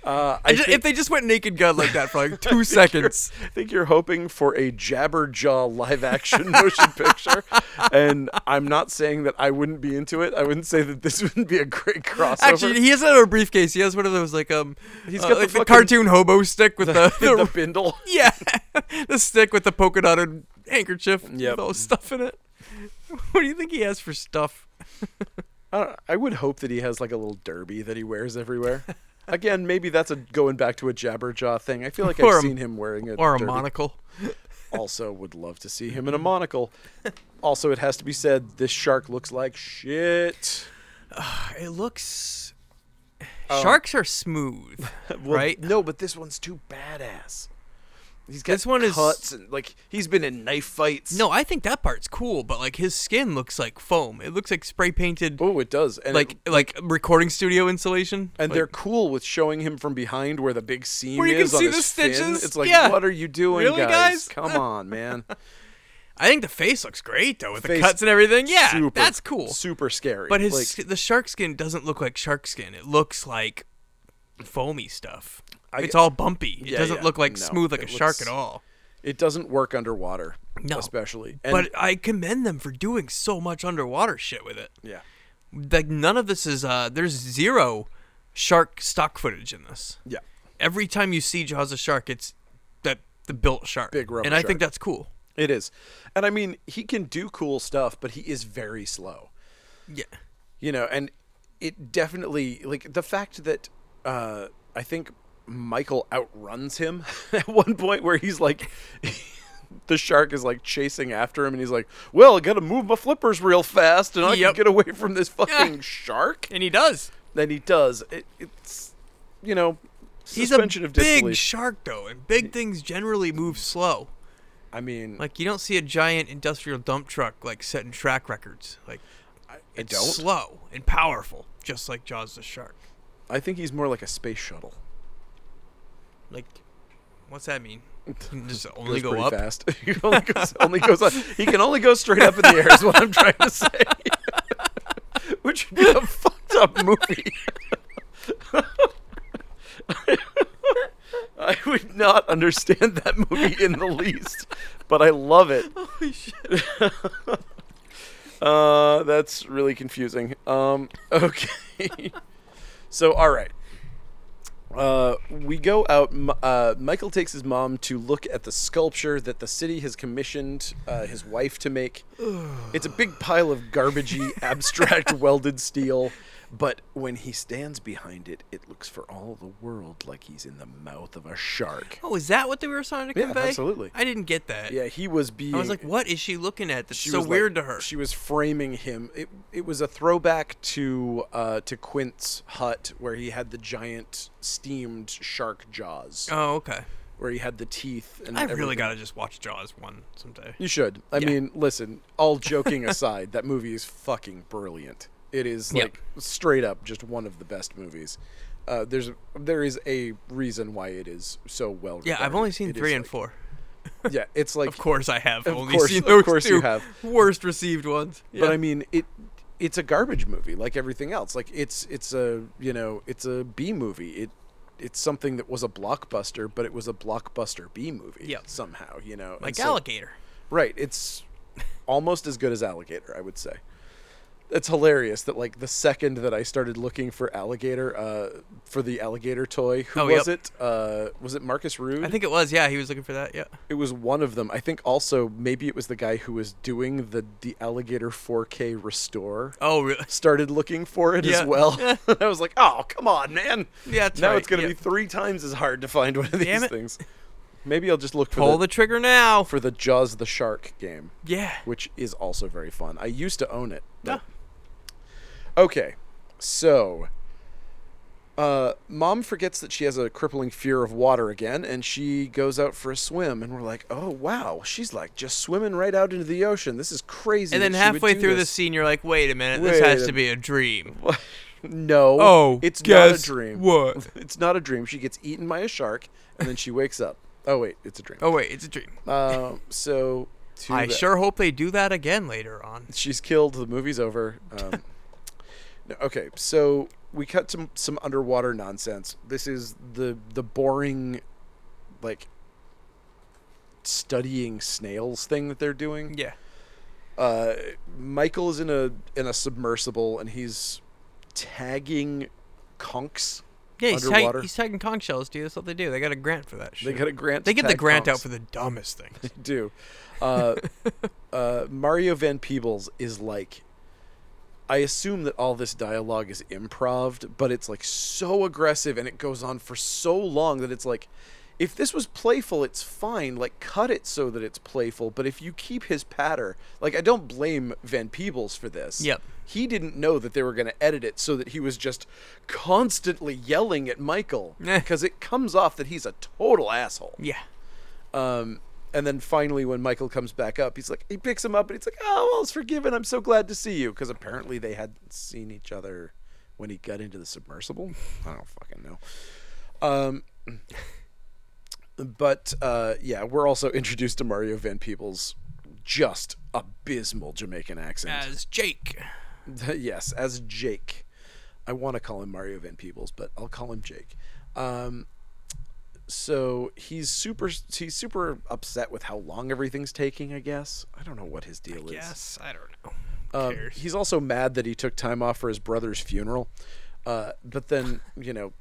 Speaker 1: Uh,
Speaker 2: I
Speaker 1: I,
Speaker 2: ju-
Speaker 1: think,
Speaker 2: if they just went naked gun like that for like two seconds,
Speaker 1: I think you're hoping for a Jabberjaw live action motion picture, and I'm not saying that I wouldn't be into it. I wouldn't say that this wouldn't be a great crossover.
Speaker 2: actually, he doesn't have a briefcase. He has one of those like um,
Speaker 1: He's got
Speaker 2: uh,
Speaker 1: the
Speaker 2: like the,
Speaker 1: fucking-
Speaker 2: cartoon hobo stick with the,
Speaker 1: In
Speaker 2: the
Speaker 1: the bindle.
Speaker 2: Yeah, the stick with the polka dotted handkerchief
Speaker 1: Yep.
Speaker 2: with all the stuff in it. What do you think he has for stuff?
Speaker 1: I, don't- I would hope that he has like a little derby that he wears everywhere. Again, maybe that's a going back to a Jabberjaw thing. I feel like
Speaker 2: Or
Speaker 1: I've
Speaker 2: a-
Speaker 1: seen him wearing a
Speaker 2: Or a
Speaker 1: derby.
Speaker 2: monocle?
Speaker 1: also would love to see him in a
Speaker 2: Mm-hmm.
Speaker 1: monocle. Also, it has to be said, this shark looks like shit.
Speaker 2: It looks. Sharks are smooth,
Speaker 1: Oh. Well,
Speaker 2: right?
Speaker 1: No, but this one's too badass. He's got
Speaker 2: This one is-
Speaker 1: cuts and like he's been in knife fights.
Speaker 2: No, I think that part's cool, but like his skin looks like foam. It looks like spray painted,
Speaker 1: oh, it does. And
Speaker 2: like
Speaker 1: it-
Speaker 2: like recording studio insulation.
Speaker 1: and
Speaker 2: Like,
Speaker 1: they're cool with showing him from behind where the big seam
Speaker 2: Where you can
Speaker 1: is on
Speaker 2: see
Speaker 1: his
Speaker 2: the
Speaker 1: Fin.
Speaker 2: stitches?
Speaker 1: It's like,
Speaker 2: Yeah.
Speaker 1: what are you doing,
Speaker 2: Really, guys?
Speaker 1: Come on, man.
Speaker 2: I think the face looks great though, with
Speaker 1: Face-
Speaker 2: the cuts and everything. Yeah,
Speaker 1: super,
Speaker 2: that's cool.
Speaker 1: Super scary.
Speaker 2: But his
Speaker 1: like,
Speaker 2: sk- the shark skin doesn't look like shark skin. It looks like foamy stuff.
Speaker 1: I
Speaker 2: it's
Speaker 1: get-
Speaker 2: all bumpy. It
Speaker 1: Yeah,
Speaker 2: doesn't
Speaker 1: yeah.
Speaker 2: look like
Speaker 1: No,
Speaker 2: smooth like
Speaker 1: it
Speaker 2: a shark
Speaker 1: looks-
Speaker 2: at all.
Speaker 1: it doesn't work underwater.
Speaker 2: No.
Speaker 1: especially. And,
Speaker 2: but I commend them for doing so much underwater shit with it.
Speaker 1: yeah,
Speaker 2: Like none of this is uh there's zero shark stock footage in this.
Speaker 1: yeah.
Speaker 2: Every time you see Jaws a shark, it's that the built shark.
Speaker 1: Big rubber
Speaker 2: And I
Speaker 1: shark.
Speaker 2: think that's cool.
Speaker 1: It is. And I mean, he can do cool stuff, but he is very slow.
Speaker 2: Yeah.
Speaker 1: You know, and it definitely like the fact that uh, I think Michael outruns him at one point where he's like. The shark is like chasing after him, and he's like, "Well, I gotta move my flippers real fast, and I
Speaker 2: Yep.
Speaker 1: can get away from this fucking shark."
Speaker 2: and he does.
Speaker 1: Then he does. It, it's, you know,
Speaker 2: He's a
Speaker 1: suspension
Speaker 2: big
Speaker 1: of disbelief.
Speaker 2: shark though, and big things generally move slow.
Speaker 1: I mean,
Speaker 2: Like you don't see a giant industrial dump truck like setting track records. Like
Speaker 1: I
Speaker 2: it's
Speaker 1: don't.
Speaker 2: slow and powerful, just like Jaws the shark.
Speaker 1: I think he's more like a space shuttle.
Speaker 2: Like, what's that mean? Just
Speaker 1: Goes
Speaker 2: only go
Speaker 1: pretty
Speaker 2: up.
Speaker 1: fast. he only goes, only goes up. He can only go straight up in the air. Is what I'm trying to say. Which would be a fucked up movie. I would not understand that movie in the least, but I love it.
Speaker 2: Holy shit!
Speaker 1: Uh, that's really confusing. Um, okay. so, all right. Uh, we go out. M- Uh, Michael takes his mom to look at the sculpture that the city has commissioned uh, his wife to make. it's a big pile of garbagey, abstract welded steel. But when he stands behind it, it looks for all the world like he's in the mouth of a shark.
Speaker 2: Oh, is that what they were trying to
Speaker 1: Yeah,
Speaker 2: convey?
Speaker 1: absolutely.
Speaker 2: I didn't get that.
Speaker 1: Yeah, he was being.
Speaker 2: I was like, what is she looking at? That's
Speaker 1: she
Speaker 2: so
Speaker 1: was, like-
Speaker 2: weird to her.
Speaker 1: She was framing him. It, it was a throwback to uh, to Quint's hut where he had the giant steamed shark jaws,
Speaker 2: oh, okay.
Speaker 1: where he had the teeth. And
Speaker 2: I really
Speaker 1: everything.
Speaker 2: gotta just watch Jaws one someday.
Speaker 1: You should. I
Speaker 2: Yeah.
Speaker 1: mean, listen. All joking aside, that movie is fucking brilliant. It is
Speaker 2: Yep.
Speaker 1: like straight up just one of the best movies. Uh, there's there is a reason why it is so well.
Speaker 2: Yeah, I've
Speaker 1: regarded.
Speaker 2: only seen
Speaker 1: It is,
Speaker 2: three and
Speaker 1: like-
Speaker 2: four.
Speaker 1: Yeah, it's like
Speaker 2: Of course, I have
Speaker 1: Of
Speaker 2: only
Speaker 1: course-
Speaker 2: seen
Speaker 1: of
Speaker 2: those
Speaker 1: course
Speaker 2: two
Speaker 1: you have.
Speaker 2: worst received ones.
Speaker 1: But I mean, it it's a garbage movie like everything else. Like it's it's a you know it's a B movie. It it's something that was a blockbuster, but it was a blockbuster B movie
Speaker 2: Yep.
Speaker 1: somehow. You know,
Speaker 2: like
Speaker 1: And so-
Speaker 2: alligator.
Speaker 1: Right. It's almost as good as Alligator, I would say. It's hilarious that like the second that I started looking for Alligator, uh, for the Alligator toy, who
Speaker 2: Oh,
Speaker 1: was
Speaker 2: yep.
Speaker 1: it? Uh, was it Marcus Rude?
Speaker 2: I think it was. Yeah, he was looking for that. Yeah.
Speaker 1: it was one of them. I think also maybe it was the guy who was doing the the Alligator 4K restore
Speaker 2: Oh, really?
Speaker 1: started looking for it
Speaker 2: Yeah.
Speaker 1: as well. I was like, oh, come on, man.
Speaker 2: Yeah, that's
Speaker 1: now
Speaker 2: right,
Speaker 1: it's going to
Speaker 2: yeah.
Speaker 1: be three times as hard to find one of these
Speaker 2: Damn it.
Speaker 1: things. Maybe I'll just look for
Speaker 2: Pull
Speaker 1: the,
Speaker 2: the trigger now.
Speaker 1: for the Jaws the Shark game,
Speaker 2: Yeah.
Speaker 1: which is also very fun. I used to own it.
Speaker 2: Yeah.
Speaker 1: but- Okay, so. Uh, mom forgets that she has a crippling fear of water again, and she goes out for a swim. And we're like, "Oh wow, she's like just swimming right out into the ocean. This is crazy."
Speaker 2: And then
Speaker 1: that she would
Speaker 2: halfway
Speaker 1: do
Speaker 2: through the
Speaker 1: this.
Speaker 2: scene, you're like, wait a minute, this
Speaker 1: Wait
Speaker 2: has
Speaker 1: a-
Speaker 2: to be a dream.
Speaker 1: no.
Speaker 2: Oh,
Speaker 1: it's not a
Speaker 2: guess
Speaker 1: dream.
Speaker 2: what?
Speaker 1: It's not a dream. She gets eaten by a shark, and then she wakes up. Oh wait, it's a dream.
Speaker 2: Oh, wait, it's a dream.
Speaker 1: Um, so to
Speaker 2: I
Speaker 1: the-
Speaker 2: sure hope they do that again later on.
Speaker 1: she's killed. The movie's over. Um, no, okay, so we cut some some underwater nonsense. This is the the boring, like studying snails thing that they're doing
Speaker 2: Yeah.
Speaker 1: uh, Michael is in a in a submersible and he's tagging conchs
Speaker 2: Yeah, he's, tag-
Speaker 1: underwater.
Speaker 2: he's tagging conch shells, dude. That's what they do. They got a grant for that shit.
Speaker 1: they got a grant.
Speaker 2: They
Speaker 1: to
Speaker 2: get the
Speaker 1: tag
Speaker 2: grant out
Speaker 1: conchs.
Speaker 2: for the dumbest things.
Speaker 1: They do. Uh, uh, Mario Van Peebles is like. I assume that all this dialogue is improv, but it's like so aggressive and it goes on for so long that it's like, if this was playful, it's fine. Like, cut it so that it's playful. But if you keep his patter, like, I don't blame Van Peebles for this.
Speaker 2: Yep.
Speaker 1: He didn't know that they were going to edit it so that he was just constantly yelling at Michael
Speaker 2: Eh.
Speaker 1: because it comes off that he's a total asshole.
Speaker 2: yeah.
Speaker 1: Um, and then finally, when Michael comes back up, he's like, he picks him up and he's like, oh, all's forgiven. I'm so glad to see you. Because apparently they hadn't seen each other when he got into the submersible. I don't fucking know. Um, but uh, yeah, we're also introduced to Mario Van Peebles' just abysmal Jamaican accent.
Speaker 2: As Jake.
Speaker 1: yes, as Jake. I want to call him Mario Van Peebles, but I'll call him Jake. Um, so he's super he's super upset with how long everything's taking. I guess I don't know what his deal is.
Speaker 2: Yes, I don't know. Who
Speaker 1: Um,
Speaker 2: cares?
Speaker 1: he's also mad that he took time off for his brother's funeral. Uh, but then, you know,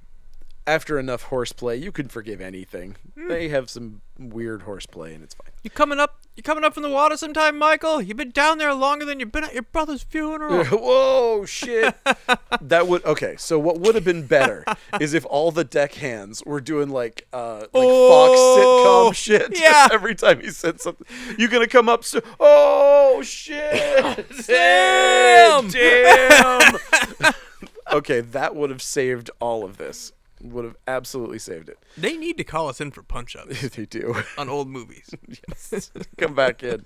Speaker 1: after enough horseplay, you can forgive anything. They have some weird horseplay, and it's fine.
Speaker 2: You coming up? You coming up from the water sometime, Michael? You've been down there longer than you've been at your brother's funeral.
Speaker 1: Whoa, shit. that would okay. So what would have been better is if all the deck hands were doing like uh like
Speaker 2: Oh,
Speaker 1: Fox sitcom shit.
Speaker 2: yeah.
Speaker 1: Every time he said something, you gonna come up. So- oh shit.
Speaker 2: Damn.
Speaker 1: Damn. okay, that would have saved all of this. Would have absolutely saved it.
Speaker 2: They need to call us in for punch ups
Speaker 1: they do.
Speaker 2: on old movies.
Speaker 1: come back in.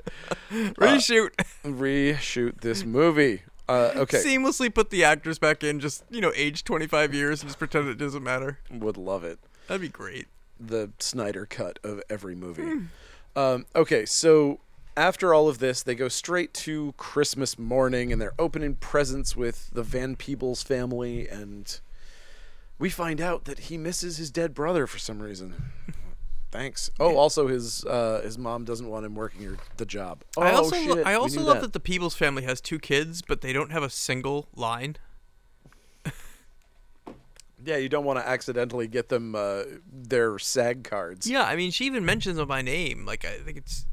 Speaker 2: Reshoot.
Speaker 1: Reshoot this movie. Uh, okay.
Speaker 2: Seamlessly put the actors back in, just you know, age twenty five years and just pretend it doesn't matter.
Speaker 1: would love it.
Speaker 2: That'd be great.
Speaker 1: the Snyder cut of every movie.
Speaker 2: Hmm.
Speaker 1: Um, okay, so after all of this, they go straight to Christmas morning and they're opening presents with the Van Peebles family, and we find out that he misses his dead brother for some reason. Thanks. Oh, also his uh, his mom doesn't want him working her, the job. Oh
Speaker 2: I also
Speaker 1: shit!
Speaker 2: lo- I
Speaker 1: we
Speaker 2: also
Speaker 1: knew
Speaker 2: love that. the Peebles family has two kids, but they don't have a single line.
Speaker 1: yeah, you don't want to accidentally get them uh, their SAG cards.
Speaker 2: Yeah, I mean, she even mentions them by name. Like I think it's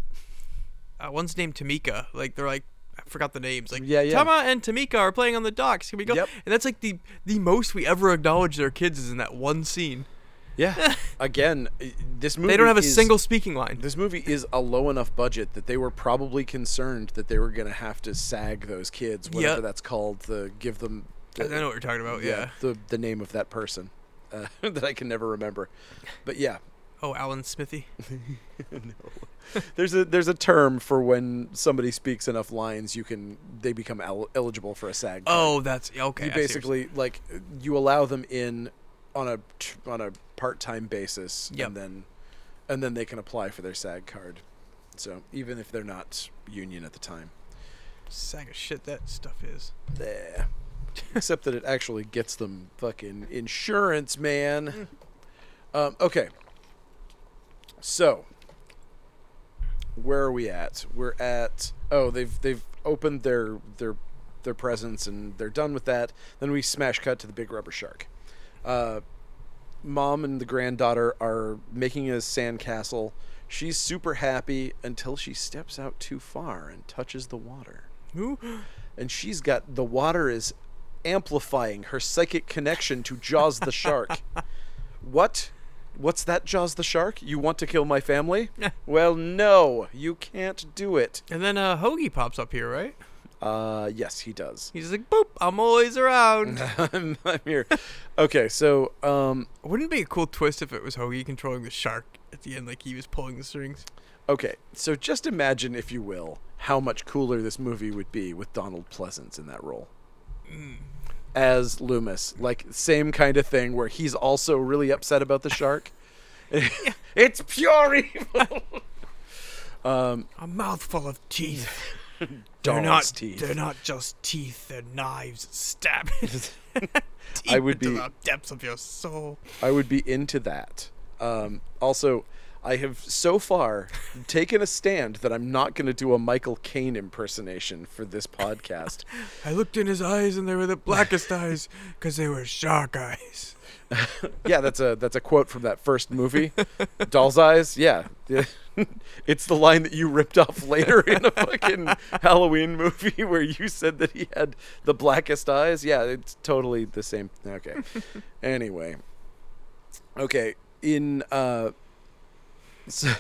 Speaker 2: uh, one's named Tamika. Like they're like I forgot the names. Like
Speaker 1: Yeah, yeah.
Speaker 2: Tama and Tamika are playing on the docks. Can we go?
Speaker 1: Yep.
Speaker 2: And that's like the the most we ever acknowledge their kids is in that one scene.
Speaker 1: Yeah. Again, i- this movie
Speaker 2: They don't have a
Speaker 1: is-
Speaker 2: single speaking line.
Speaker 1: This movie is a low enough budget that they were probably concerned that they were going to have to sag those kids, whatever
Speaker 2: Yeah.
Speaker 1: that's called, the give them.
Speaker 2: I know what you're talking about. Yeah.
Speaker 1: the the name of that person uh, that I can never remember, but yeah,
Speaker 2: Oh, Alan Smithy.
Speaker 1: there's a there's a term for when somebody speaks enough lines, you can they become el- eligible for a sag. card.
Speaker 2: Oh, that's okay.
Speaker 1: you
Speaker 2: I see what you're saying.
Speaker 1: basically like you allow them in on a tr- on a part time basis,
Speaker 2: Yep.
Speaker 1: and then and then they can apply for their sag card. So even if they're not union at the time.
Speaker 2: sack of shit that stuff is.
Speaker 1: There. Except that it actually gets them fucking insurance, man. Um, okay. So, where are we at? We're at oh, they've they've opened their their their presents and they're done with that. Then we smash cut to the big rubber shark. Uh, mom and the granddaughter are making a sandcastle. She's super happy until she steps out too far and touches the water
Speaker 2: Ooh.
Speaker 1: and she's got the water is amplifying her psychic connection to Jaws the shark. what? What's that, Jaws the shark? You want to kill my family? well, no, you can't do it.
Speaker 2: And then uh, Hoagie pops up here, right?
Speaker 1: Uh, yes, he does.
Speaker 2: He's like, boop, I'm always around.
Speaker 1: I'm, I'm here. Okay, so um,
Speaker 2: Wouldn't it be a cool twist if it was Hoagie controlling the shark at the end, like he was pulling the strings?
Speaker 1: okay, so just imagine, if you will, how much cooler this movie would be with Donald Pleasance in that role. As Loomis, like same kind of thing where he's also really upset about the shark. it's pure evil.
Speaker 2: A mouthful of teeth.
Speaker 1: They're
Speaker 2: not
Speaker 1: not- teeth.
Speaker 2: They're
Speaker 1: they're
Speaker 2: not just teeth. They're knives stab
Speaker 1: I would into be-
Speaker 2: the
Speaker 1: the
Speaker 2: depths of your soul.
Speaker 1: I would be into that. Um, also, I have so far taken a stand that I'm not going to do a Michael Caine impersonation for this podcast.
Speaker 2: I looked in his eyes, and they were the blackest eyes, 'cause they were shark eyes.
Speaker 1: yeah, that's a that's a quote from that first movie, Doll's Eyes. Yeah, it's the line that you ripped off later in a fucking Halloween movie where you said that he had the blackest eyes. Yeah, it's totally the same. Okay. anyway, okay. In uh, so,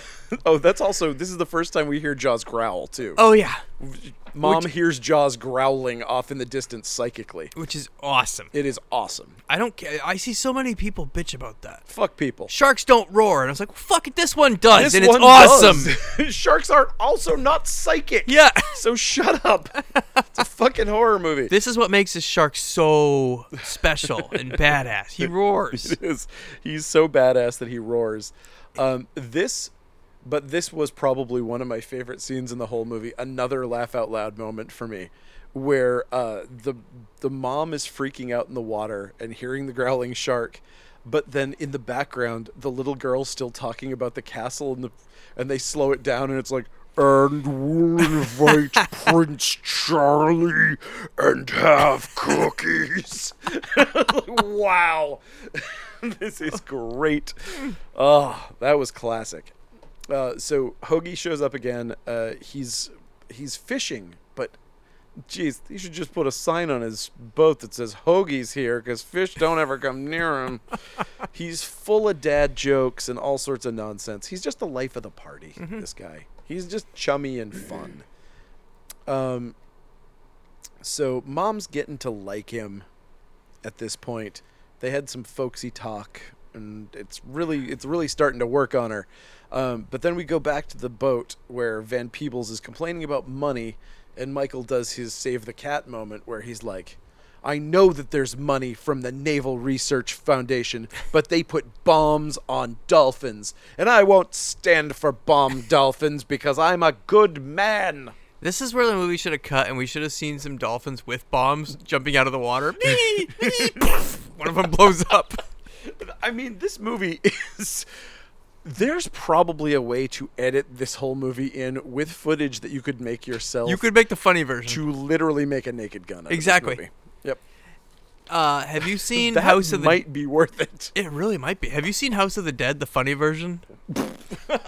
Speaker 1: oh, that's also this is the first time we hear Jaws growl too.
Speaker 2: Oh yeah,
Speaker 1: Mom hears Jaws growling off in the distance psychically.
Speaker 2: which is awesome.
Speaker 1: It is awesome.
Speaker 2: I don't care. I see so many people bitch about that.
Speaker 1: Fuck people.
Speaker 2: Sharks don't roar, and I was like, fuck it, this one does,
Speaker 1: This
Speaker 2: and it's
Speaker 1: one
Speaker 2: awesome.
Speaker 1: does. Sharks are also not psychic.
Speaker 2: Yeah.
Speaker 1: So shut up. It's a fucking horror movie.
Speaker 2: This is what makes this shark so special and badass. He roars.
Speaker 1: is he's so badass that he roars. Um, this, but this was probably one of my favorite scenes in the whole movie. Another laugh out loud moment for me, where uh, the the mom is freaking out in the water and hearing the growling shark, but then in the background the little girl's still talking about the castle and the and they slow it down and it's like. and we'll invite Prince Charlie and have cookies. wow. this is great. Oh, that was classic. Uh, so Hoagie shows up again. Uh, he's he's fishing, but geez, he should just put a sign on his boat that says Hoagie's here because fish don't ever come near him. he's full of dad jokes and all sorts of nonsense. He's just the life of the party, this guy. He's just chummy and fun. Um, so mom's getting to like him at this point. They had some folksy talk, and it's really it's really starting to work on her. Um, but then we go back to the boat where Van Peebles is complaining about money, and Michael does his save the cat moment where he's like, "I know that there's money from the Naval Research Foundation, but they put bombs on dolphins, and I won't stand for bomb dolphins because I'm a good man."
Speaker 2: This is where the movie should have cut, and we should have seen some dolphins with bombs jumping out of the water. One of them blows up.
Speaker 1: I mean, this movie is. There's probably a way to edit this whole movie in with footage that you could make yourself
Speaker 2: You could make the funny version.
Speaker 1: to literally make a naked gun. Out
Speaker 2: Exactly.
Speaker 1: Of this movie. Yep.
Speaker 2: Uh, have you seen
Speaker 1: That
Speaker 2: House of the?
Speaker 1: might be worth it.
Speaker 2: It really might be. Have you seen House of the Dead, the funny version?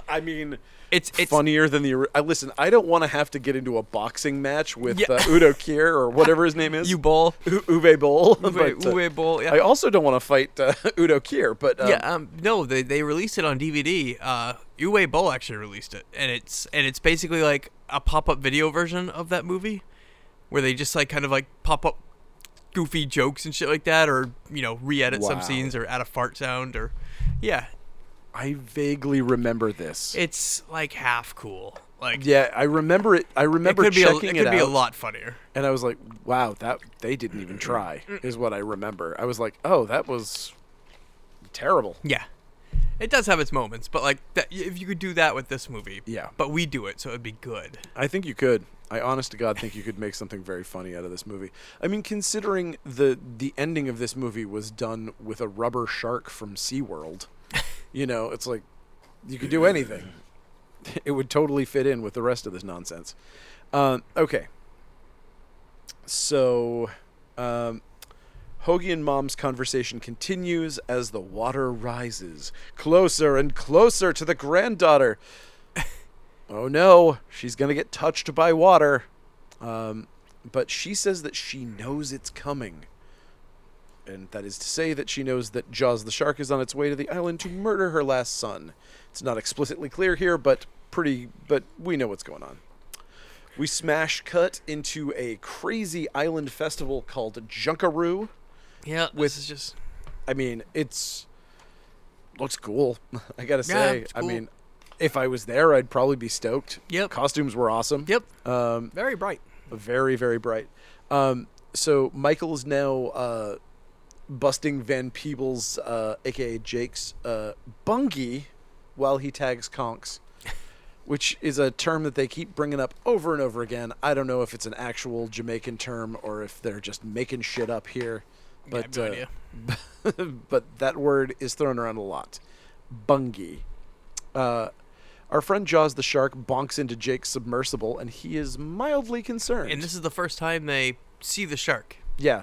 Speaker 1: I mean,
Speaker 2: It's it's
Speaker 1: funnier than the. ori- I listen. I don't want to have to get into a boxing match with
Speaker 2: Yeah.
Speaker 1: uh, Udo Kier or whatever his name is.
Speaker 2: you bull.
Speaker 1: U- Uwe Boll.
Speaker 2: Uwe,
Speaker 1: but, uh,
Speaker 2: Uwe Boll. Yeah.
Speaker 1: I also don't want to fight uh, Udo Kier, but um,
Speaker 2: yeah, um, no, they, they released it on DVD. Uh, Uwe Boll actually released it, and it's and it's basically like a pop up video version of that movie, where they just like kind of like pop up goofy jokes and shit like that, or you know re-edit
Speaker 1: Wow.
Speaker 2: some scenes or add a fart sound or yeah,
Speaker 1: I vaguely remember this.
Speaker 2: it's like half cool. Like
Speaker 1: yeah, I remember it. I
Speaker 2: it
Speaker 1: remember
Speaker 2: could be a, it
Speaker 1: checking
Speaker 2: could
Speaker 1: it
Speaker 2: be a
Speaker 1: out.
Speaker 2: lot funnier.
Speaker 1: and I was like, "Wow, that they didn't even try," is what I remember. I was like, "Oh, that was terrible."
Speaker 2: Yeah. It does have its moments, but like that, if you could do that with this movie,
Speaker 1: Yeah.
Speaker 2: But we do it, so it'd be good.
Speaker 1: I think you could. I honest to God think you could make something very funny out of this movie. I mean, considering the the ending of this movie was done with a rubber shark from SeaWorld, you know, it's like you could do anything. It would totally fit in with the rest of this nonsense. Um, okay. So, um, Hoagie and Mom's conversation continues as the water rises closer and closer to the granddaughter. Oh no, she's gonna get touched by water. Um, but she says that she knows it's coming. And that is to say that she knows that Jaws the shark is on its way to the island to murder her last son. It's not explicitly clear here, but pretty, but we know what's going on. We smash cut into a crazy island festival called Junkaroo.
Speaker 2: Yeah,
Speaker 1: With-
Speaker 2: this is just
Speaker 1: I mean, it's looks cool. I gotta
Speaker 2: Yeah,
Speaker 1: say,
Speaker 2: it's
Speaker 1: I
Speaker 2: cool.
Speaker 1: mean, if I was there, I'd probably be stoked.
Speaker 2: Yep.
Speaker 1: costumes were awesome.
Speaker 2: yep,
Speaker 1: um,
Speaker 2: very bright.
Speaker 1: very very bright. Um, so Michael's now uh, busting Van Peebles, uh, aka Jake's uh, bungee, while he tags conks. Which is a term that they keep bringing up over and over again. I don't know if it's an actual Jamaican term or if they're just making shit up here.
Speaker 2: I
Speaker 1: But
Speaker 2: have no
Speaker 1: uh,
Speaker 2: idea.
Speaker 1: but that word is thrown around a lot. Bungie. Uh, our friend Jaws the shark bonks into Jake's submersible, and he is mildly concerned.
Speaker 2: And this is the first time they see the shark.
Speaker 1: yeah,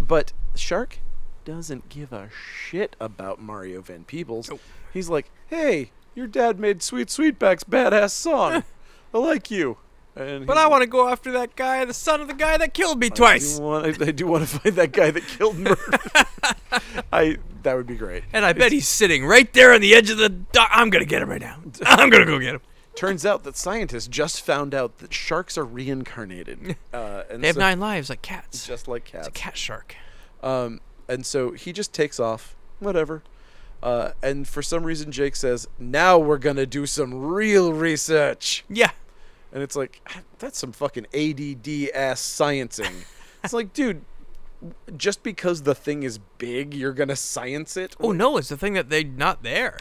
Speaker 1: but shark doesn't give a shit about Mario Van Peebles.
Speaker 2: Nope.
Speaker 1: He's like, "Hey, your dad made Sweet Sweetback's badass song. I like you." And
Speaker 2: But
Speaker 1: he's
Speaker 2: I
Speaker 1: like,
Speaker 2: want to go after that guy, the son of the guy that killed me twice.
Speaker 1: I do want, I do want to find that guy that killed Murph. I. That would be great.
Speaker 2: And I bet he's sitting right there on the edge of the. Do- I'm gonna get him right now. I'm gonna go get him.
Speaker 1: Turns out that scientists just found out that sharks are reincarnated, uh, and
Speaker 2: They have
Speaker 1: so-
Speaker 2: nine lives like cats.
Speaker 1: just like cats.
Speaker 2: a cat shark.
Speaker 1: Um, and so he just takes off, whatever. Uh, and for some reason, Jake says, "Now we're gonna do some real research,"
Speaker 2: Yeah.
Speaker 1: and it's like, "Ah, that's some fucking ADD ass sciencing. it's like, dude, just because the thing is big, you're gonna science it?
Speaker 2: Oh no, it's the thing that they're not there.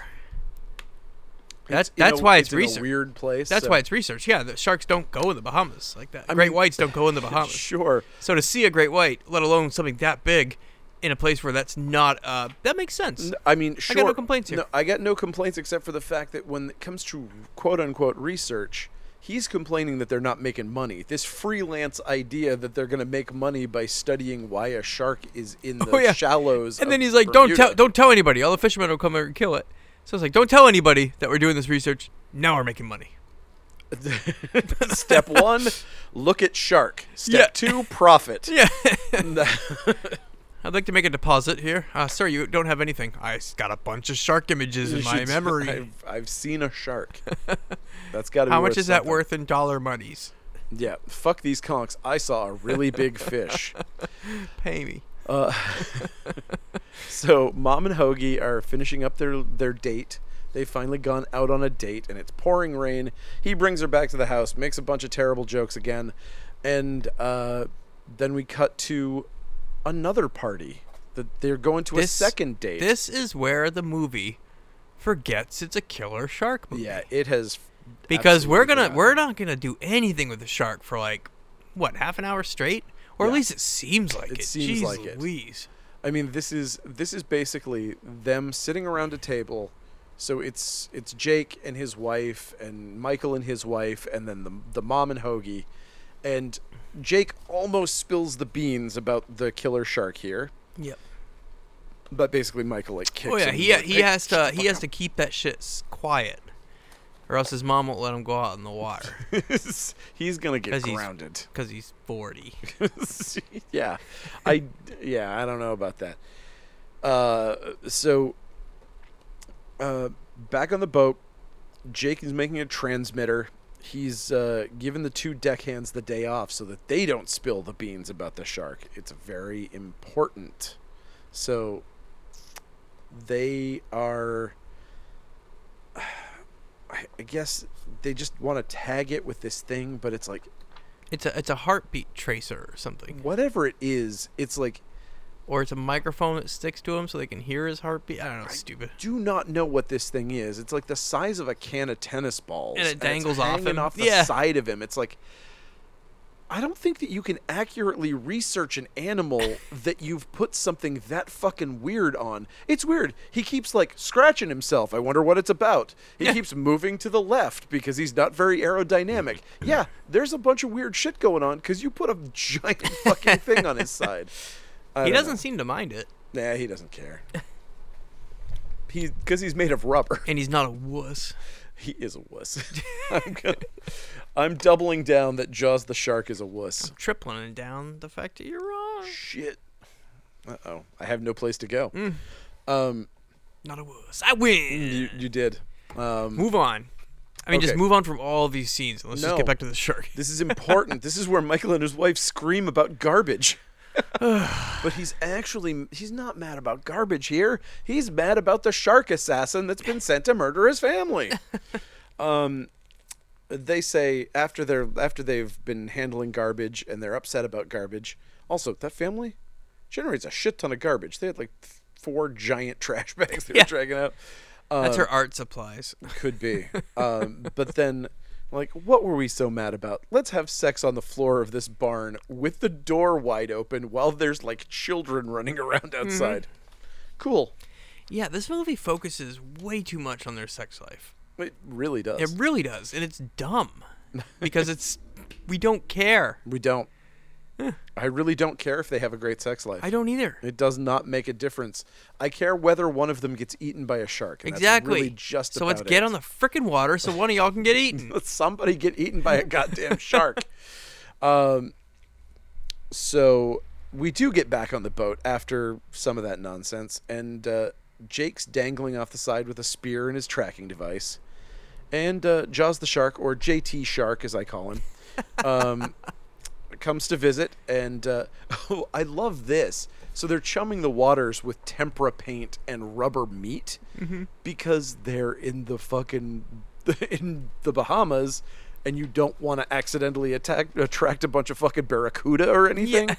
Speaker 2: That's
Speaker 1: It's in a-
Speaker 2: that's why it's,
Speaker 1: in a
Speaker 2: research.
Speaker 1: weird place.
Speaker 2: That's
Speaker 1: so-
Speaker 2: why it's research. Yeah, the sharks don't go in the Bahamas like that. great
Speaker 1: mean-
Speaker 2: whites don't go in the Bahamas.
Speaker 1: sure.
Speaker 2: so to see a great white, let alone something that big, in a place where that's not, uh, that makes sense.
Speaker 1: N- I mean, sure.
Speaker 2: no complaints here.
Speaker 1: No, I got no complaints except for the fact that when it comes to quote unquote research, He's complaining that they're not making money. This freelance idea that they're going to make money by studying why a shark is in the
Speaker 2: Oh, yeah.
Speaker 1: shallows.
Speaker 2: And
Speaker 1: of
Speaker 2: then he's like, "Don't
Speaker 1: Bermuda."
Speaker 2: tell, don't tell anybody. All the fishermen will come over and kill it." So I was like, "Don't tell anybody that we're doing this research. Now we're making money."
Speaker 1: Step one, look at shark. Step
Speaker 2: Yeah.
Speaker 1: two, profit.
Speaker 2: Yeah, I'd like to make a deposit here, uh, sir. You don't have anything. I s- got a bunch of shark images in
Speaker 1: You
Speaker 2: my
Speaker 1: should-
Speaker 2: memory.
Speaker 1: I've, I've seen a shark. That's got to.
Speaker 2: How much is that worth in dollar monies?
Speaker 1: Yeah, fuck these conks. I saw a really big fish.
Speaker 2: Pay me.
Speaker 1: So mom and Hoagie are finishing up their their date. They've finally gone out on a date, and it's pouring rain. He brings her back to the house, makes a bunch of terrible jokes again, and uh, then we cut to another party. That they're going to
Speaker 2: This-
Speaker 1: a second date.
Speaker 2: This is where the movie forgets it's a killer shark movie.
Speaker 1: yeah, it has
Speaker 2: because we're
Speaker 1: absolutely
Speaker 2: gonna
Speaker 1: forgotten.
Speaker 2: we're not gonna do anything with the shark for like what half an hour straight, or
Speaker 1: Yeah.
Speaker 2: at least it seems like
Speaker 1: It
Speaker 2: it.
Speaker 1: seems
Speaker 2: Jeez
Speaker 1: like it.
Speaker 2: Louise.
Speaker 1: I mean, this is this is basically them sitting around a table. So it's it's Jake and his wife, and Michael and his wife, and then the the mom and Hoagie, and Jake almost spills the beans about the killer shark here,
Speaker 2: Yep.
Speaker 1: but basically Michael like kicks.
Speaker 2: Oh yeah,
Speaker 1: him
Speaker 2: he
Speaker 1: like,
Speaker 2: he
Speaker 1: "Hey,
Speaker 2: has
Speaker 1: shut
Speaker 2: to
Speaker 1: the fuck
Speaker 2: he has to keep that shit s- quiet, or else his mom won't let him go out in the water
Speaker 1: up." he's gonna get
Speaker 2: 'Cause he's-
Speaker 1: grounded.
Speaker 2: because he's forty.
Speaker 1: yeah, I yeah I don't know about that. Uh, so uh, back on the boat, Jake is making a transmitter. He's uh, giving the two deckhands the day off so that they don't spill the beans about the shark. It's very important. So they are. I I guess they just want to tag it with this thing, but it's like
Speaker 2: It's a it's a heartbeat tracer or something,
Speaker 1: whatever it is, it's like
Speaker 2: or it's a microphone that sticks to him so they can hear his heartbeat. I don't know, it's stupid.
Speaker 1: do not know what this thing is. It's like the size of a can of tennis balls,
Speaker 2: And it
Speaker 1: it's
Speaker 2: dangles off
Speaker 1: hanging
Speaker 2: him.
Speaker 1: off the
Speaker 2: Yeah.
Speaker 1: side of him. It's like I don't think that you can accurately research an animal that you've put something that fucking weird on. It's weird. He keeps like scratching himself. I wonder what it's about. He
Speaker 2: Yeah.
Speaker 1: keeps moving to the left because he's not very aerodynamic. yeah, there's a bunch of weird shit going on because you put a giant fucking thing on his side. I
Speaker 2: He
Speaker 1: don't know.
Speaker 2: doesn't seem to mind it,
Speaker 1: Nah, he doesn't care. He, because he's made of rubber.
Speaker 2: and he's not a wuss.
Speaker 1: He is a wuss. I'm, gonna, I'm doubling down that Jaws the shark is a wuss.
Speaker 2: Tripling down the fact that you're wrong.
Speaker 1: Shit. Uh oh, I have no place to go. Um,
Speaker 2: Not a wuss. I win.
Speaker 1: you you did. Um,
Speaker 2: Move on. I mean, just
Speaker 1: Okay.
Speaker 2: move on from all these scenes. and Let's just
Speaker 1: No.
Speaker 2: get back to the shark.
Speaker 1: this is important. this is where Michael and his wife scream about garbage. but he's actually he's not mad about garbage here. He's mad about the shark assassin that's been sent to murder his family. Um, they say after they're after they've been handling garbage and they're upset about garbage. Also, that family generates a shit ton of garbage. They had like th- four giant trash bags they
Speaker 2: Yeah.
Speaker 1: were dragging out.
Speaker 2: That's
Speaker 1: uh,
Speaker 2: her art supplies.
Speaker 1: Could be, um, but then. Like, what were we so mad about? Let's have sex on the floor of this barn with the door wide open while there's like children running around
Speaker 2: Mm-hmm.
Speaker 1: outside. Cool.
Speaker 2: Yeah, this movie focuses way too much on their sex life.
Speaker 1: It really does.
Speaker 2: It really does, and it's dumb because it's we don't care.
Speaker 1: we don't. I really don't care if they have a great sex life.
Speaker 2: Eh. I don't either.
Speaker 1: It does not make a difference. I care whether one of them gets eaten by a shark. And
Speaker 2: Exactly.
Speaker 1: That's really just
Speaker 2: so let's
Speaker 1: about
Speaker 2: get
Speaker 1: it.
Speaker 2: on the frickin' water so one of y'all can get eaten.
Speaker 1: Let somebody get eaten by a goddamn shark. Um, so we do get back on the boat after some of that nonsense, and uh, Jake's dangling off the side with a spear and his tracking device, and uh, Jaws the shark, or JT Shark as I call him, um, comes to visit, and uh, oh, I love this. So they're chumming the waters with tempera paint and rubber meat because they're in the fucking in the Bahamas, and you don't want to accidentally attack attract a bunch of fucking barracuda or anything.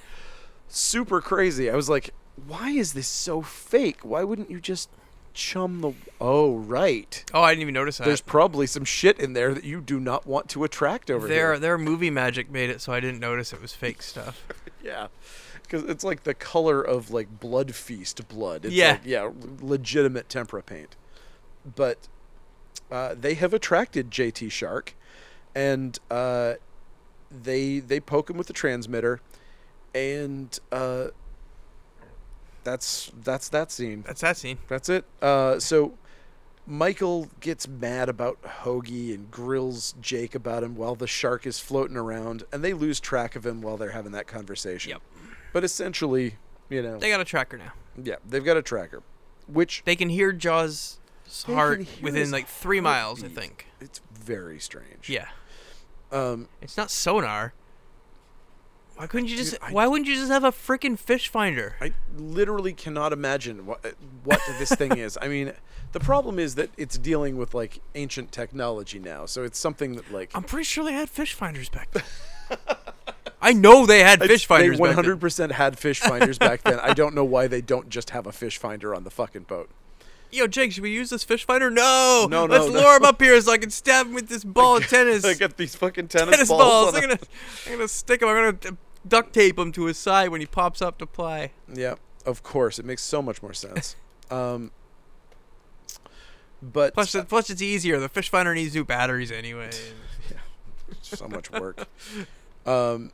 Speaker 1: Super crazy. I was like, why is this so fake? Why wouldn't you just chum the? Oh right.
Speaker 2: Oh, I didn't even notice that.
Speaker 1: There's probably some shit in there that you do not want to attract over
Speaker 2: their
Speaker 1: there.
Speaker 2: their movie magic made it so I didn't notice it was fake stuff.
Speaker 1: Yeah. Because it's like the color of like blood feast blood. It's
Speaker 2: Yeah.
Speaker 1: Like, yeah. Legitimate tempera paint. But uh, they have attracted JT Shark. and uh, they they poke him with the transmitter, and uh, that's that's that scene.
Speaker 2: That's that scene.
Speaker 1: That's it. Uh, so Michael gets mad about Hoagie and grills Jake about him while the shark is floating around, and they lose track of him while they're having that conversation.
Speaker 2: Yep.
Speaker 1: But essentially, you know,
Speaker 2: They got a tracker now.
Speaker 1: yeah, they've got a tracker, which
Speaker 2: They can hear Jaws'
Speaker 1: They can
Speaker 2: heart
Speaker 1: hear
Speaker 2: within
Speaker 1: his
Speaker 2: like three miles, I
Speaker 1: heartbeat.
Speaker 2: think.
Speaker 1: it's very strange.
Speaker 2: Yeah.
Speaker 1: Um,
Speaker 2: It's not sonar. Why couldn't you just?
Speaker 1: Dude, I-
Speaker 2: why wouldn't you just have a freaking fish finder?
Speaker 1: I literally cannot imagine what what this thing is. I mean, the problem is that it's dealing with like ancient technology now, so it's something that like
Speaker 2: I'm pretty sure they had fish finders back then. I know they had fish finders
Speaker 1: They
Speaker 2: back
Speaker 1: 100
Speaker 2: then.
Speaker 1: percent had fish finders back then. I don't know why they don't just have a fish finder on the fucking boat.
Speaker 2: Yo, Jake, should we use this fish finder? No,
Speaker 1: No, no,
Speaker 2: Let's
Speaker 1: no.
Speaker 2: lure him up here so I can stab him with this ball of tennis.
Speaker 1: I got these fucking tennis,
Speaker 2: tennis
Speaker 1: balls.
Speaker 2: balls.
Speaker 1: on
Speaker 2: I'm
Speaker 1: a-
Speaker 2: gonna, I'm gonna stick him. I'm gonna d- duct tape him to his side when he pops up to play.
Speaker 1: Yeah, of course, it makes so much more sense. um, but
Speaker 2: Plus, it, plus it's easier. The fish finder needs new batteries anyway.
Speaker 1: so much work. Um,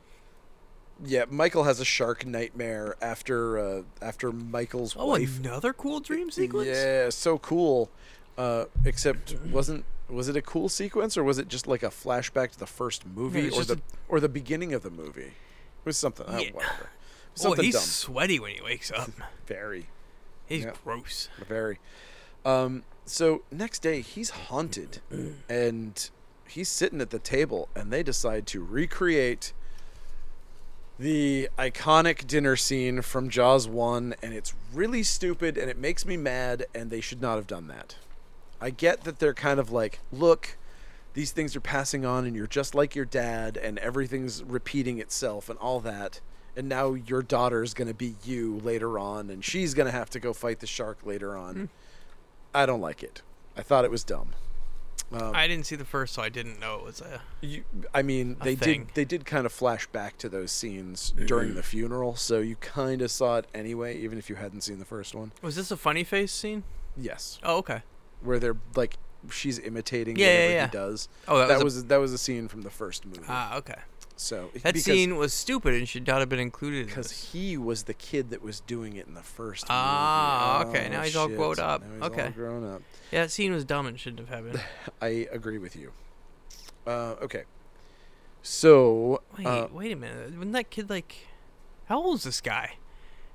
Speaker 1: yeah, Michael has a shark nightmare after uh, after Michael's
Speaker 2: Oh,
Speaker 1: wife.
Speaker 2: another cool dream sequence.
Speaker 1: Yeah, so cool. Uh, except wasn't was it a cool sequence or was it just like a flashback to the first movie
Speaker 2: it's
Speaker 1: or
Speaker 2: just
Speaker 1: the
Speaker 2: a-
Speaker 1: or the beginning of the movie? It was something. oh,
Speaker 2: Yeah.
Speaker 1: whatever.
Speaker 2: Oh,
Speaker 1: Something
Speaker 2: he's
Speaker 1: dumb.
Speaker 2: sweaty when he wakes up.
Speaker 1: Very,
Speaker 2: He's
Speaker 1: Yep.
Speaker 2: gross.
Speaker 1: very. Um, so next day he's haunted, and he's sitting at the table, and they decide to recreate the iconic dinner scene from Jaws one, and it's really stupid, and it makes me mad, and they should not have done that. I get that they're kind of like, look, these things are passing on, and you're just like your dad, and everything's repeating itself, and all that. And now your daughter's going to be you later on, and she's going to have to go fight the shark later on.
Speaker 2: Hmm.
Speaker 1: I don't like it. I thought it was dumb. Um,
Speaker 2: I didn't see the first, so I didn't know it was a.
Speaker 1: You, I mean, they did
Speaker 2: thing.
Speaker 1: they did kind of flash back to those scenes during the funeral, so you kind of saw it anyway, even if you hadn't seen the first one.
Speaker 2: Was this a funny face scene?
Speaker 1: Yes,
Speaker 2: Oh, okay.
Speaker 1: where they're like she's imitating
Speaker 2: Yeah, yeah,
Speaker 1: whatever
Speaker 2: yeah.
Speaker 1: he does.
Speaker 2: Oh, that
Speaker 1: that
Speaker 2: was
Speaker 1: was that was a scene from the first movie.
Speaker 2: Ah, okay.
Speaker 1: so
Speaker 2: That scene was stupid and should not have been included. in
Speaker 1: because
Speaker 2: this.
Speaker 1: he was the kid that was doing it in the first.
Speaker 2: Ah,
Speaker 1: movie. Oh,
Speaker 2: okay, now he's all
Speaker 1: shit.
Speaker 2: grown up.
Speaker 1: Now he's all
Speaker 2: Okay.
Speaker 1: grown up.
Speaker 2: yeah, that scene was dumb and shouldn't have happened.
Speaker 1: I agree with you. Uh, okay, so
Speaker 2: Wait,
Speaker 1: uh,
Speaker 2: wait a minute. Wasn't that kid like? How old is this guy?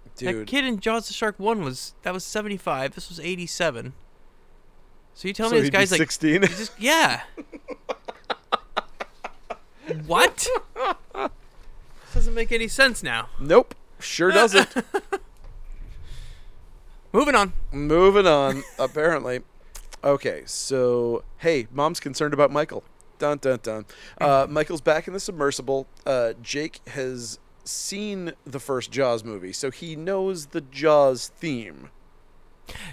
Speaker 2: That
Speaker 1: dude,
Speaker 2: kid in Jaws the Shark One was that was seventy five. This was eighty seven. So you tell
Speaker 1: so
Speaker 2: me
Speaker 1: he'd
Speaker 2: this
Speaker 1: be
Speaker 2: guy's like
Speaker 1: sixteen.
Speaker 2: he's just yeah. what? Doesn't make any sense now.
Speaker 1: nope, sure doesn't.
Speaker 2: Moving on.
Speaker 1: Moving on, apparently. Okay, so hey, mom's concerned about Michael. Dun dun dun. Uh, Michael's back in the submersible. Uh, Jake has seen the first Jaws movie, so he knows the Jaws theme.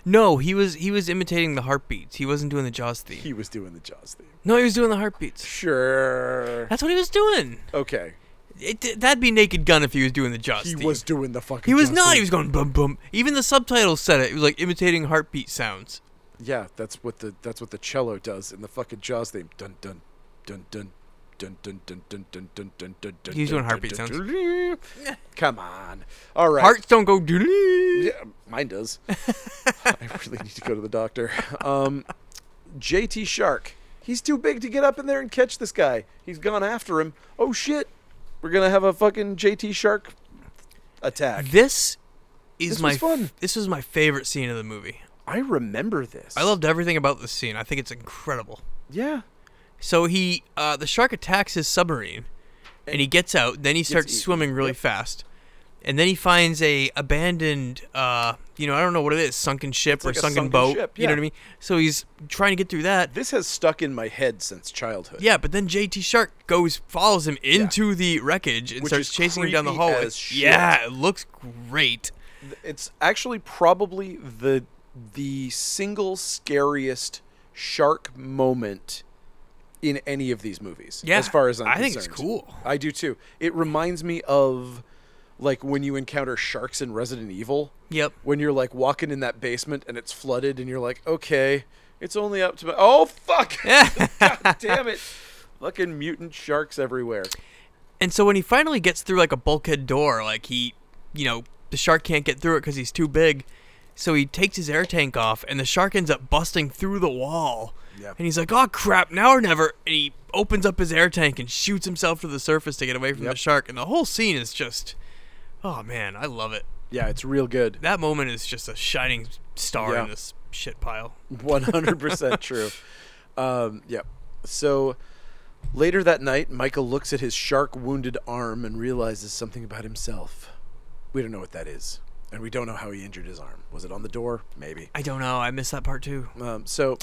Speaker 2: No, he was he was imitating the heartbeats. He wasn't doing the Jaws theme.
Speaker 1: He was doing the Jaws theme.
Speaker 2: No, he was doing the heartbeats.
Speaker 1: Sure.
Speaker 2: That's what he was doing.
Speaker 1: Okay.
Speaker 2: It, that'd be Naked Gun if he was doing the Jaws
Speaker 1: He
Speaker 2: theme.
Speaker 1: was doing the fucking.
Speaker 2: He was
Speaker 1: Jaws
Speaker 2: not. He
Speaker 1: theme.
Speaker 2: was going bum bum. Even the subtitles said it. It was like imitating heartbeat sounds.
Speaker 1: Yeah, that's what the that's what the cello does in the fucking Jaws theme. Dun dun dun dun dun dun dun dun dun dun dun dun. dun,
Speaker 2: He's doing
Speaker 1: dun,
Speaker 2: heartbeat
Speaker 1: dun,
Speaker 2: sounds.
Speaker 1: dun. Come on. All right.
Speaker 2: Hearts don't go doodly.
Speaker 1: Yeah, mine does. I really need to go to the doctor. Um, JT Shark. He's too big to get up in there and catch this guy. He's gone after him. Oh shit. We're going to have a fucking JT Shark attack.
Speaker 2: This is
Speaker 1: This
Speaker 2: my
Speaker 1: was fun.
Speaker 2: this is my favorite scene of the movie.
Speaker 1: I remember this.
Speaker 2: I loved everything about this scene. I think it's incredible.
Speaker 1: Yeah.
Speaker 2: So he uh, the shark attacks his submarine and he gets out, then he starts
Speaker 1: eaten.
Speaker 2: swimming really fast. And then he finds a abandoned uh you know, I don't know what it is, sunken ship or
Speaker 1: like a
Speaker 2: sunken,
Speaker 1: sunken
Speaker 2: boat.
Speaker 1: ship,
Speaker 2: You know
Speaker 1: yeah.
Speaker 2: what I mean? So he's trying to get through that.
Speaker 1: This has stuck in my head since childhood.
Speaker 2: Yeah, but then JT Shark goes follows him into the wreckage and
Speaker 1: Which
Speaker 2: starts
Speaker 1: is
Speaker 2: chasing him down the
Speaker 1: creepy
Speaker 2: hallway.
Speaker 1: as shit.
Speaker 2: Yeah, it looks great.
Speaker 1: It's actually probably the the single scariest shark moment in any of these movies.
Speaker 2: Yeah,
Speaker 1: As far as I'm
Speaker 2: I think it's
Speaker 1: concerned.
Speaker 2: cool.
Speaker 1: I do too. It reminds me of like when you encounter sharks in Resident Evil.
Speaker 2: Yep.
Speaker 1: When you're like walking in that basement and it's flooded and you're like, okay, it's only up to my oh fuck,
Speaker 2: Yeah.
Speaker 1: god damn it. Fucking mutant sharks everywhere.
Speaker 2: And so when he finally gets through like a bulkhead door, like he, you know, the shark can't get through it because he's too big. So he takes his air tank off, and the shark ends up busting through the wall.
Speaker 1: Yeah.
Speaker 2: And he's like, "Oh crap! Now or never!" And he opens up his air tank and shoots himself to the surface to get away from the
Speaker 1: Yep.
Speaker 2: shark. And the whole scene is just, oh man, I love it.
Speaker 1: Yeah, it's real good.
Speaker 2: That moment is just a shining star
Speaker 1: Yeah.
Speaker 2: in this shit pile.
Speaker 1: One hundred percent true. Um, yeah. So later that night, Michael looks at his shark wounded arm and realizes something about himself. We don't know what that is, and we don't know how he injured his arm. Was it on the door? Maybe.
Speaker 2: I don't know. I missed that part too.
Speaker 1: Um, so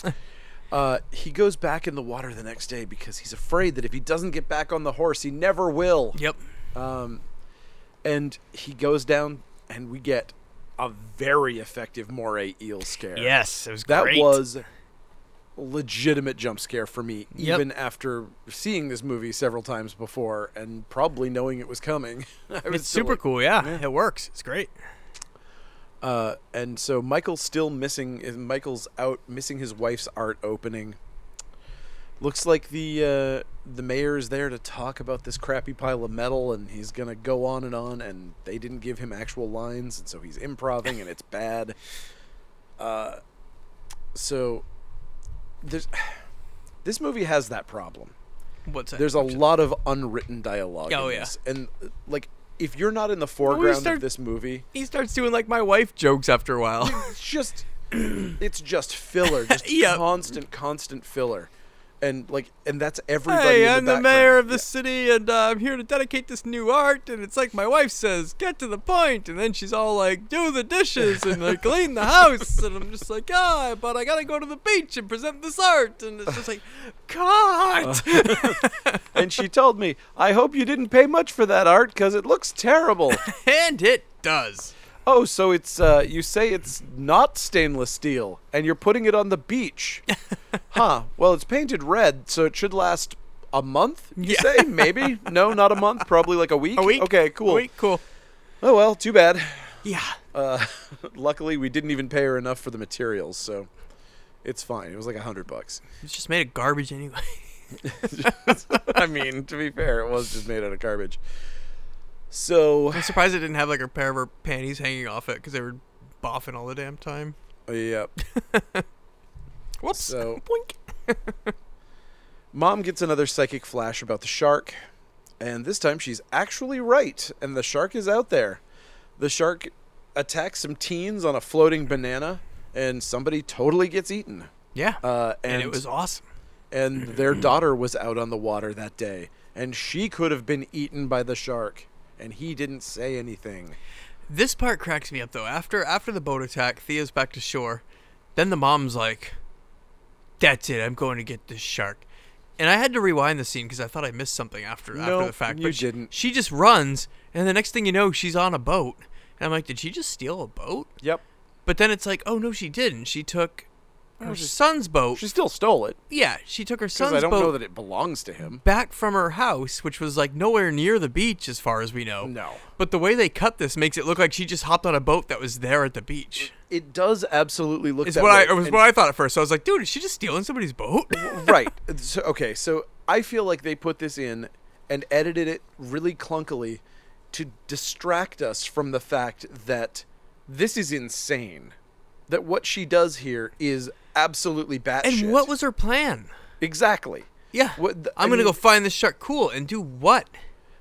Speaker 1: uh, he goes back in the water the next day because he's afraid that if he doesn't get back on the horse, he never will.
Speaker 2: Yep.
Speaker 1: Um, and he goes down, and we get a very effective moray eel scare.
Speaker 2: Yes, it was
Speaker 1: that
Speaker 2: great.
Speaker 1: was legitimate jump scare for me,
Speaker 2: Yep.
Speaker 1: even after seeing this movie several times before and probably knowing it was coming. I was
Speaker 2: it's
Speaker 1: still
Speaker 2: super
Speaker 1: like-
Speaker 2: cool. Yeah, it works. It's great.
Speaker 1: Uh, and so Michael's still missing. is- Michael's out missing his wife's art opening. Looks like the uh, the mayor is there to talk about this crappy pile of metal, and he's gonna go on and on. And they didn't give him actual lines, and so he's improvising, and it's bad. Uh, so there's this movie has that problem.
Speaker 2: What's that?
Speaker 1: There's a lot of unwritten dialogue.
Speaker 2: Oh,
Speaker 1: in
Speaker 2: yeah.
Speaker 1: this. and uh, like if you're not in the foreground
Speaker 2: start-
Speaker 1: of this movie,
Speaker 2: he starts doing like my wife jokes after a while.
Speaker 1: it's just it's just filler just
Speaker 2: Yep.
Speaker 1: constant constant filler and like and that's everybody
Speaker 2: hey,
Speaker 1: in
Speaker 2: I'm the
Speaker 1: background.
Speaker 2: mayor of the
Speaker 1: Yeah.
Speaker 2: city, and uh, I'm here to dedicate this new art. And it's like my wife says, "Get to the point," and then she's all like, "Do the dishes and like, clean the house." And I'm just like, "Ah, but I gotta go to the beach and present this art." And it's just like, God.
Speaker 1: Uh. and she told me i hope you didn't pay much for that art because it looks terrible
Speaker 2: and it does.
Speaker 1: oh so it's uh, you say it's not stainless steel and you're putting it on the beach huh well it's painted red so it should last a month you
Speaker 2: Yeah.
Speaker 1: say maybe no not a month probably like a week
Speaker 2: A week.
Speaker 1: okay cool
Speaker 2: A week, cool.
Speaker 1: oh well too bad
Speaker 2: Yeah.
Speaker 1: Uh, luckily, we didn't even pay her enough for the materials, so it's fine. It was like a hundred bucks.
Speaker 2: It's just made of garbage anyway.
Speaker 1: I mean, to be fair, it was just made out of garbage. So
Speaker 2: I'm surprised it didn't have like a pair of her panties hanging off it because they were boffing all the damn time.
Speaker 1: yeah,
Speaker 2: Whoops.
Speaker 1: So-
Speaker 2: Boink.
Speaker 1: mom gets another psychic flash about the shark, and this time she's actually right, and the shark is out there. The shark attacks some teens on a floating banana, and somebody totally gets eaten.
Speaker 2: Yeah.
Speaker 1: Uh, and,
Speaker 2: and it was awesome.
Speaker 1: and their daughter was out on the water that day, and she could have been eaten by the shark, and he didn't say anything.
Speaker 2: This part cracks me up though. After after the boat attack, Thea's back to shore. Then the mom's like, "That's it. I'm going to get this shark." And I had to rewind the scene because I thought I missed something after after
Speaker 1: No,
Speaker 2: the fact.
Speaker 1: you
Speaker 2: but she-
Speaker 1: didn't.
Speaker 2: She, just runs, and the next thing you know, she's on a boat. And I'm like, "Did she just steal a boat?"
Speaker 1: Yep.
Speaker 2: But then it's like, "Oh no, she didn't. She took her son's boat."
Speaker 1: She still stole it
Speaker 2: yeah, she took her
Speaker 1: because
Speaker 2: son's
Speaker 1: I don't
Speaker 2: boat
Speaker 1: know that it belongs to him.
Speaker 2: back from her house, which was like nowhere near the beach as far as we know.
Speaker 1: No.
Speaker 2: But the way they cut this makes it look like she just hopped on a boat that was there at the beach.
Speaker 1: It does absolutely look.
Speaker 2: Is
Speaker 1: that
Speaker 2: what I
Speaker 1: way,
Speaker 2: it was
Speaker 1: and-
Speaker 2: what I thought at first. So I was like, dude, is she just stealing somebody's boat?
Speaker 1: right. So, okay, so I feel like they put this in and edited it really clunkily to distract us from the fact that this is insane. That what she does here is absolutely batshit.
Speaker 2: and what was her plan?
Speaker 1: exactly?
Speaker 2: Yeah,
Speaker 1: What the-
Speaker 2: I'm
Speaker 1: I
Speaker 2: gonna go
Speaker 1: mean-
Speaker 2: find this shark. Cool, and do what?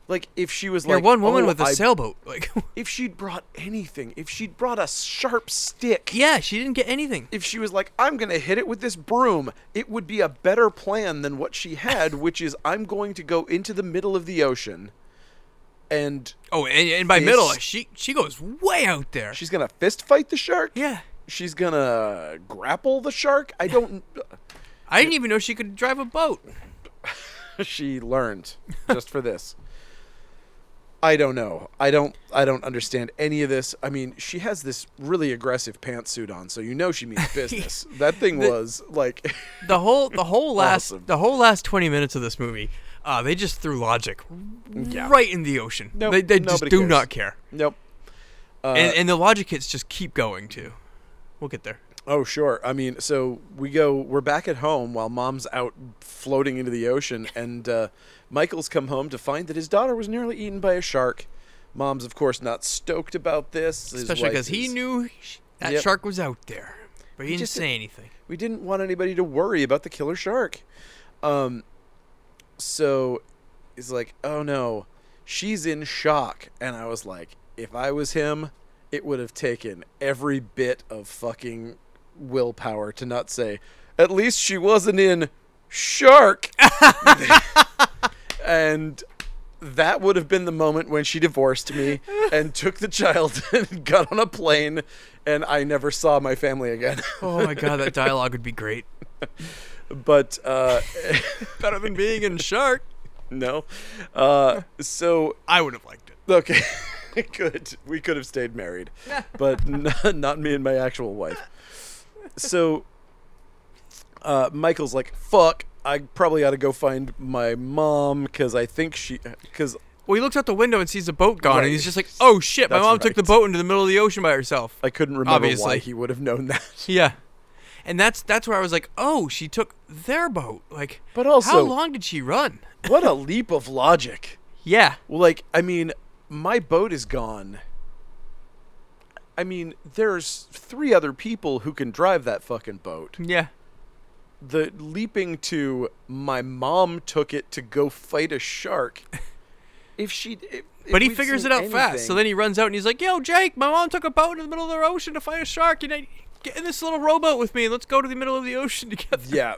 Speaker 1: Like if she was
Speaker 2: You're
Speaker 1: like
Speaker 2: one woman
Speaker 1: oh,
Speaker 2: with a
Speaker 1: I-
Speaker 2: sailboat. Like,
Speaker 1: If she'd brought anything, if she'd brought a sharp stick,
Speaker 2: yeah, she didn't get anything.
Speaker 1: if she was like, I'm going to hit it with this broom, it would be a better plan than what she had, which is I'm going to go into the middle of the ocean and
Speaker 2: Oh, and, and by
Speaker 1: This-
Speaker 2: middle, she she goes way out there.
Speaker 1: she's going to fist fight the shark.
Speaker 2: yeah,
Speaker 1: She's going to grapple the shark. I don't.
Speaker 2: I didn't even know she could drive a boat.
Speaker 1: she learned just for this. I don't know. I don't. I don't understand any of this. I mean, she has this really aggressive pantsuit on, so you know she means business. that thing was like,
Speaker 2: The whole the whole last
Speaker 1: Awesome.
Speaker 2: the whole last 20 minutes of this movie, uh, they just threw logic
Speaker 1: Yeah.
Speaker 2: right in the ocean.
Speaker 1: Nope,
Speaker 2: they they just
Speaker 1: nobody
Speaker 2: do
Speaker 1: cares. Uh,
Speaker 2: not care.
Speaker 1: nope.
Speaker 2: and, and the logic hits just keep going too. We'll get there.
Speaker 1: Oh, sure. I mean, so we go, we're back at home while mom's out floating into the ocean, and uh, Michael's come home to find that his daughter was nearly eaten by a shark. Mom's, of course, not stoked about this. His
Speaker 2: Especially
Speaker 1: wife
Speaker 2: because he
Speaker 1: is-
Speaker 2: knew sh- that
Speaker 1: Yep.
Speaker 2: shark was out there, but he, didn't
Speaker 1: just-
Speaker 2: say anything.
Speaker 1: We didn't want anybody to worry about the killer shark. Um, so he's like, oh no, she's in shock. And I was like, if I was him, it would have taken every bit of fucking willpower to not say, at least she wasn't in shark. and that would have been the moment when she divorced me and took the child and got on a plane and I never saw my family again.
Speaker 2: Oh my god, that dialogue would be great.
Speaker 1: but uh,
Speaker 2: Better than being in shark.
Speaker 1: no. Uh, so
Speaker 2: I would have liked it.
Speaker 1: okay, good. We could have stayed married, but n- not me and my actual wife. So uh, Michael's like, "Fuck, I probably ought to go find my mom because I think she because."
Speaker 2: Well, he looks out the window and sees the boat gone,
Speaker 1: Right.
Speaker 2: and he's just like, "Oh shit, my
Speaker 1: That's
Speaker 2: mom took the
Speaker 1: right.
Speaker 2: boat into the middle of the ocean by herself."
Speaker 1: I couldn't remember why
Speaker 2: Obviously.
Speaker 1: he would have known that.
Speaker 2: Yeah, and that's that's where I was like, "Oh, she took their boat." Like,
Speaker 1: But also-
Speaker 2: how long did she run?
Speaker 1: what a leap of logic!
Speaker 2: Yeah,
Speaker 1: Well, like, I mean, my boat is gone. I mean, there's three other people who can drive that fucking boat.
Speaker 2: yeah,
Speaker 1: the leaping to my mom took it to go fight a shark. If she, if,
Speaker 2: but he figures it out fast. So then he runs out and he's like, "Yo, Jake, my mom took a boat into the middle of the ocean to fight a shark, and I get in this little rowboat with me, and let's go to the middle of the ocean together.
Speaker 1: yeah,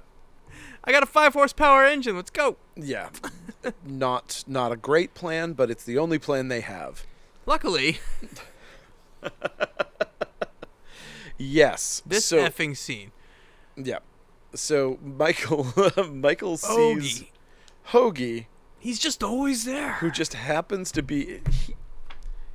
Speaker 2: I got a five horsepower engine. Let's go."
Speaker 1: yeah, not not a great plan, but it's the only plan they have.
Speaker 2: Luckily,
Speaker 1: Yes,
Speaker 2: this
Speaker 1: so
Speaker 2: effing scene.
Speaker 1: yeah, so Michael Michael sees
Speaker 2: Ogie,
Speaker 1: Hoagie,
Speaker 2: he's just always there.
Speaker 1: who just happens to be he,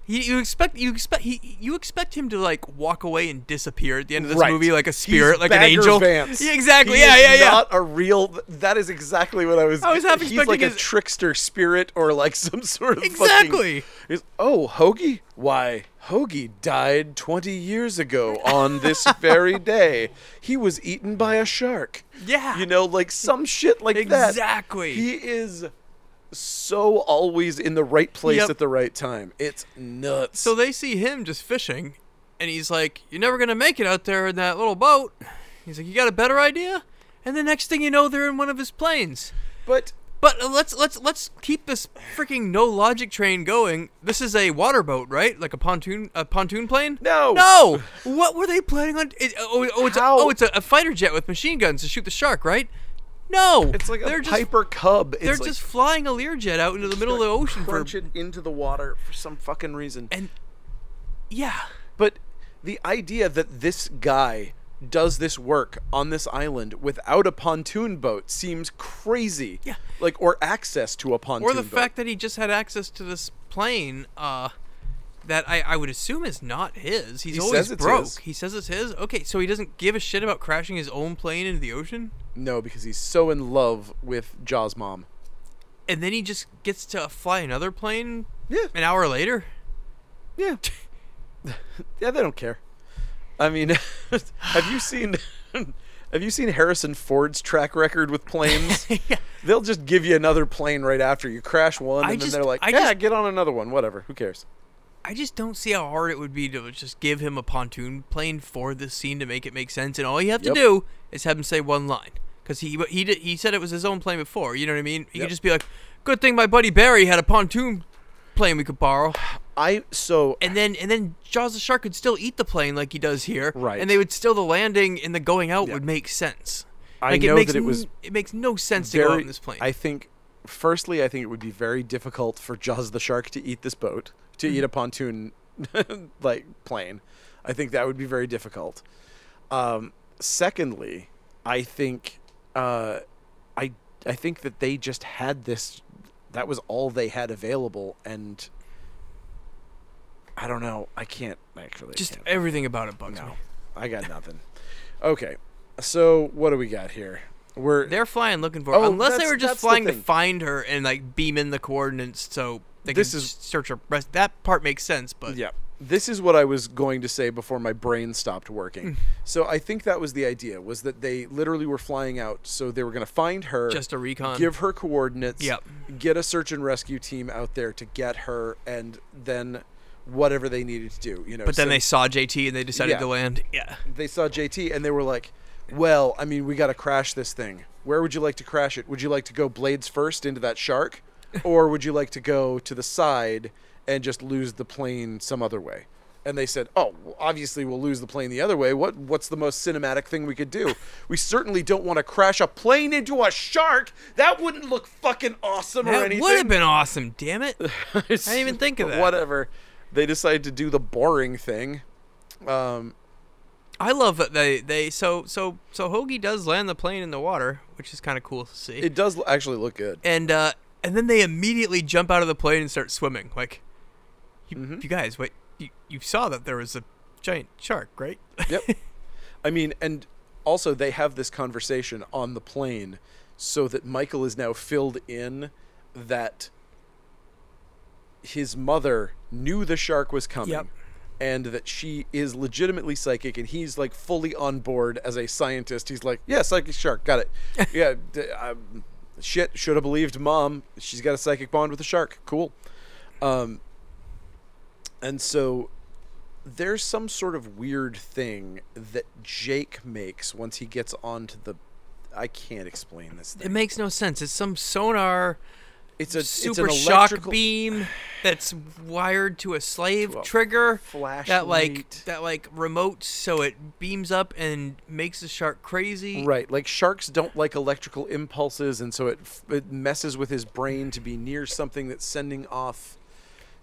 Speaker 2: He, you expect you expect he you expect him to like walk away and disappear at the end of this
Speaker 1: Right.
Speaker 2: movie like a
Speaker 1: he's
Speaker 2: spirit like an
Speaker 1: Bagger
Speaker 2: angel.
Speaker 1: Vance.
Speaker 2: Yeah, exactly.
Speaker 1: He
Speaker 2: yeah,
Speaker 1: is
Speaker 2: yeah, yeah.
Speaker 1: Not a real. That is exactly what I was.
Speaker 2: I was half
Speaker 1: he's
Speaker 2: expecting
Speaker 1: like a
Speaker 2: his-
Speaker 1: trickster spirit or like some sort of fucking-
Speaker 2: exactly.
Speaker 1: He's, oh, Hoagie? Why, Hoagie died 20 years ago on this very day. He was eaten by a shark.
Speaker 2: Yeah.
Speaker 1: You know, like some shit like that.
Speaker 2: Exactly.
Speaker 1: He is so always in the right place
Speaker 2: Yep.
Speaker 1: at the right time. It's nuts.
Speaker 2: So they see him just fishing and he's like, "You're never going to make it out there in that little boat." He's like, "You got a better idea?" And the next thing you know, they're in one of his planes.
Speaker 1: but
Speaker 2: But uh, let's let's let's keep this freaking no logic train going. This is a water boat, right? Like a pontoon a pontoon plane?
Speaker 1: No.
Speaker 2: No. What were they planning on? It, oh, oh, it's a,
Speaker 1: How?
Speaker 2: oh, it's a, a fighter jet with machine guns to shoot the shark, right? No.
Speaker 1: it's like
Speaker 2: they're
Speaker 1: a
Speaker 2: just
Speaker 1: Piper Cub. It's
Speaker 2: they're
Speaker 1: like
Speaker 2: just flying a Learjet out into the middle of the ocean for
Speaker 1: crunch it into the water for some fucking reason.
Speaker 2: and yeah.
Speaker 1: But the idea that this guy does this work on this island without a pontoon boat seems crazy.
Speaker 2: Yeah.
Speaker 1: Like or access to a pontoon
Speaker 2: Or the
Speaker 1: boat.
Speaker 2: fact that he just had access to this plane uh, that I, I would assume is not his. He's
Speaker 1: He
Speaker 2: always
Speaker 1: says it's
Speaker 2: broke.
Speaker 1: his.
Speaker 2: He says it's his. Okay, so he doesn't give a shit about crashing his own plane into the ocean?
Speaker 1: no, because he's so in love with Jaws mom.
Speaker 2: and then he just gets to fly another plane
Speaker 1: Yeah.
Speaker 2: an hour later.
Speaker 1: Yeah. yeah, they don't care. I mean, have you seen have you seen Harrison Ford's track record with planes?
Speaker 2: Yeah.
Speaker 1: They'll just give you another plane right after you crash one,
Speaker 2: I
Speaker 1: and
Speaker 2: just-
Speaker 1: then they're like,
Speaker 2: I
Speaker 1: "Yeah,
Speaker 2: just-
Speaker 1: get on another one. Whatever. Who cares?"
Speaker 2: I just don't see how hard it would be to just give him a pontoon plane for this scene to make it make sense, and all you have
Speaker 1: Yep.
Speaker 2: to do is have him say one line because he he did, he said it was his own plane before. You know what I mean? He
Speaker 1: Yep.
Speaker 2: could just be like, "Good thing my buddy Barry had a pontoon plane we could borrow,"
Speaker 1: I so
Speaker 2: and then and then Jaws the shark could still eat the plane like he does here,
Speaker 1: Right.
Speaker 2: And they would still the landing and the going out
Speaker 1: Yeah.
Speaker 2: would make sense.
Speaker 1: I
Speaker 2: like,
Speaker 1: know
Speaker 2: it makes
Speaker 1: that it
Speaker 2: n-
Speaker 1: was
Speaker 2: it makes no sense to go out in this plane.
Speaker 1: I think, firstly, I think it would be very difficult for Jaws the shark to eat this boat, to
Speaker 2: Mm-hmm.
Speaker 1: eat a pontoon like plane. I think that would be very difficult. Um, secondly, I think, uh, I I think that they just had this. That was all they had available, and I don't know. I can't actually. I
Speaker 2: just
Speaker 1: can't.
Speaker 2: everything about it bugs me.
Speaker 1: no. I got nothing. Okay, so what do we got here? We're
Speaker 2: They're flying looking for
Speaker 1: Oh,
Speaker 2: her. Unless they
Speaker 1: that's-
Speaker 2: were
Speaker 1: that's
Speaker 2: just
Speaker 1: the
Speaker 2: flying to
Speaker 1: thing.
Speaker 2: find her and like beam in the coordinates so they
Speaker 1: This
Speaker 2: can
Speaker 1: is-
Speaker 2: search her. Rest. That part makes sense, but
Speaker 1: Yeah. this is what I was going to say before my brain stopped
Speaker 2: Mm.
Speaker 1: working. so I think that was the idea was that they literally were flying out, so they were going to find her,
Speaker 2: Just a recon.
Speaker 1: give her coordinates,
Speaker 2: Yep.
Speaker 1: get a search and rescue team out there to get her, and then whatever they needed to do. You know,
Speaker 2: But then they saw JT and they decided
Speaker 1: Yeah.
Speaker 2: to land. Yeah.
Speaker 1: they saw JT and they were like, "Well, I mean, we got to crash this thing. Where would you like to crash it? Would you like to go blades first into that shark, or would you like to go to the side and just lose the plane some other way?" And they said, "Oh, well, obviously we'll lose the plane the other way. What what's the most cinematic thing we could do? We certainly don't want to crash a plane into a shark. That wouldn't look fucking awesome or
Speaker 2: That
Speaker 1: anything."
Speaker 2: would have been awesome, damn it. I didn't even think of that.
Speaker 1: Whatever. They decided to do the boring thing. Um,
Speaker 2: I love that they, they so so so Hoagie does land the plane in the water, which is kind of cool to see.
Speaker 1: it does actually look good.
Speaker 2: and uh, and then they immediately jump out of the plane and start swimming. Like, you,
Speaker 1: Mm-hmm.
Speaker 2: you guys, wait, you, you saw that there was a giant shark, right?
Speaker 1: Yep. I mean, and also they have this conversation on the plane so that Michael is now filled in that his mother knew the shark was coming.
Speaker 2: Yep.
Speaker 1: And that she is legitimately psychic, and he's like fully on board as a scientist. He's like, "Yeah, psychic shark, got it. yeah, d- um, shit, should have believed mom. She's got a psychic bond with a shark. Cool." And so there's some sort of weird thing that Jake makes once he gets onto the I can't explain this
Speaker 2: It
Speaker 1: thing.
Speaker 2: makes no sense. It's some sonar
Speaker 1: It's a
Speaker 2: super
Speaker 1: it's an
Speaker 2: shock
Speaker 1: electrical
Speaker 2: beam that's wired to a slave trigger that like
Speaker 1: flashlight.
Speaker 2: that like remote, so it beams up and makes the shark crazy.
Speaker 1: Right, like sharks don't like electrical impulses and so it f- it messes with his brain to be near something that's sending off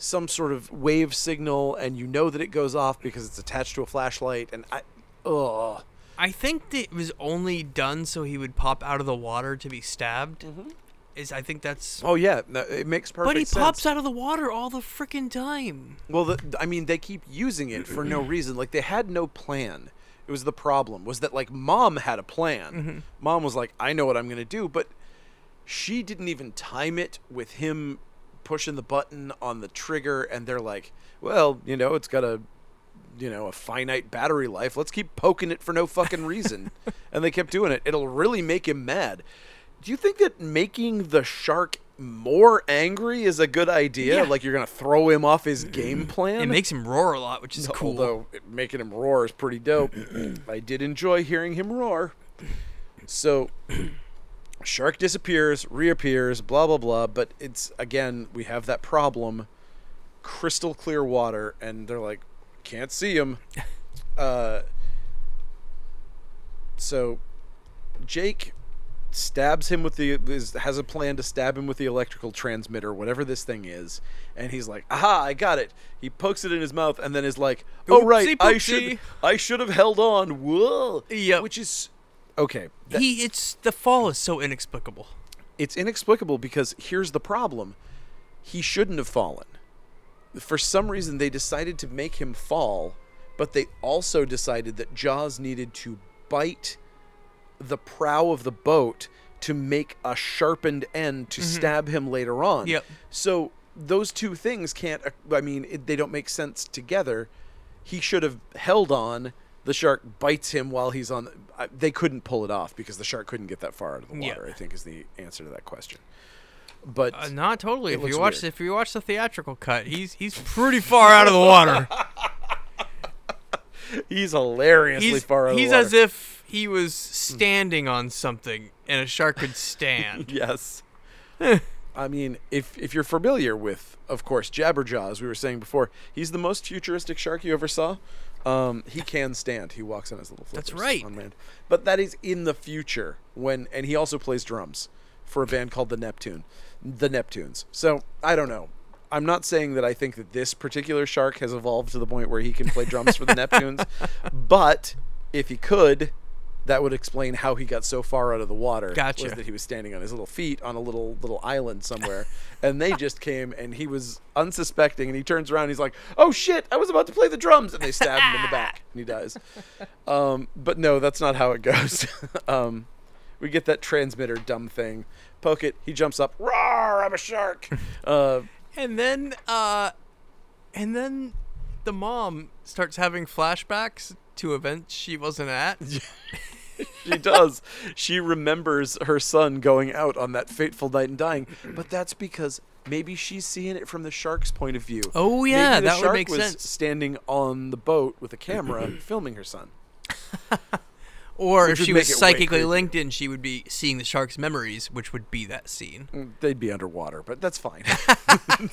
Speaker 1: some sort of wave signal and you know that it goes off because it's attached to a flashlight and I ugh.
Speaker 2: I think that it was only done so he would pop out of the water to be stabbed. Is I think that's.
Speaker 1: Oh yeah, no, it makes Mm-hmm. perfect
Speaker 2: But he
Speaker 1: sense.
Speaker 2: pops out of the water all the freaking time.
Speaker 1: Well, the, I mean, they keep using it for no reason. Like they had no plan. It was the problem was that like mom had a plan. Mom was like, "I know what I'm going to do," but she didn't even time it with him pushing the button on the trigger and they're like, "Well, you know, it's got a you know, a finite battery life. Let's keep poking it for no fucking reason." and they kept doing it. It'll really make him mad. Do you think that making the shark more angry is a good idea?
Speaker 2: Yeah.
Speaker 1: Like you're going to throw him off his game plan?
Speaker 2: Mm-hmm. It makes him roar a lot, which is cool.
Speaker 1: Although it- making him roar is pretty dope. I did enjoy hearing him roar. So, shark disappears, reappears, blah blah blah. But it's again we have that problem: crystal clear water, and they're like, can't see him. Uh, so, Jake stabs him with the is, has a plan to stab him with the electrical transmitter whatever this thing is and he's like aha i got it he pokes it in his mouth and then is like oh right
Speaker 2: Oopsie
Speaker 1: i
Speaker 2: poopsie."
Speaker 1: should i should have held on whoa
Speaker 2: Yep.
Speaker 1: which is okay that-
Speaker 2: he, it's the fall is so inexplicable.
Speaker 1: it's inexplicable because here's the problem he shouldn't have fallen for some reason they decided to make him fall but they also decided that jaws needed to bite the prow of the boat to make a sharpened end to stab him later on
Speaker 2: Yep.
Speaker 1: so those two things can't i mean it, they don't make sense together he should have held on the shark bites him while he's on the, I, they couldn't pull it off because the shark couldn't get that far out of the
Speaker 2: Yeah.
Speaker 1: water i think is the answer to that question but
Speaker 2: Uh, not totally. if
Speaker 1: looks
Speaker 2: you watch
Speaker 1: weird.
Speaker 2: if you watch the theatrical cut, he's he's pretty far out of the water.
Speaker 1: he's hilariously
Speaker 2: he's
Speaker 1: far out of
Speaker 2: he's
Speaker 1: the water.
Speaker 2: as if he was standing on something and a shark could stand.
Speaker 1: yes. I mean, if if you're familiar with, of course, Jabberjaw, as we were saying before, he's the most futuristic shark you ever saw. Um, he can stand. He walks on his little flippers.
Speaker 2: That's right.
Speaker 1: On land. But that is in the future when, and he also plays drums for a band called the Neptune, the Neptunes. So I don't know. I'm not saying that I think that this particular shark has evolved to the point where he can play drums for the Neptunes, but if he could, that would explain how he got so far out of the water.
Speaker 2: Gotcha.
Speaker 1: Was that he was standing on his little feet on a little little island somewhere, and they just came and he was unsuspecting, and he turns around, and he's like, "Oh shit, I was about to play the drums," and they stab him in the back, and he dies. Um, but no, that's not how it goes. um, we get that transmitter dumb thing, poke it, he jumps up, roar, I'm a shark. Uh,
Speaker 2: and then uh and then the mom starts having flashbacks to events she wasn't at.
Speaker 1: she does. She remembers her son going out on that fateful night and dying, but that's because maybe she's seeing it from the shark's point of view.
Speaker 2: Oh, yeah,
Speaker 1: maybe the
Speaker 2: that would
Speaker 1: shark
Speaker 2: make
Speaker 1: was
Speaker 2: sense.
Speaker 1: Standing on the boat with a camera, filming her son.
Speaker 2: Or
Speaker 1: Which
Speaker 2: if
Speaker 1: would
Speaker 2: she
Speaker 1: make
Speaker 2: was
Speaker 1: it way
Speaker 2: psychically
Speaker 1: creepier.
Speaker 2: linked in, she would be seeing the shark's memories, which would be that scene.
Speaker 1: Mm, They'd be underwater, but that's fine.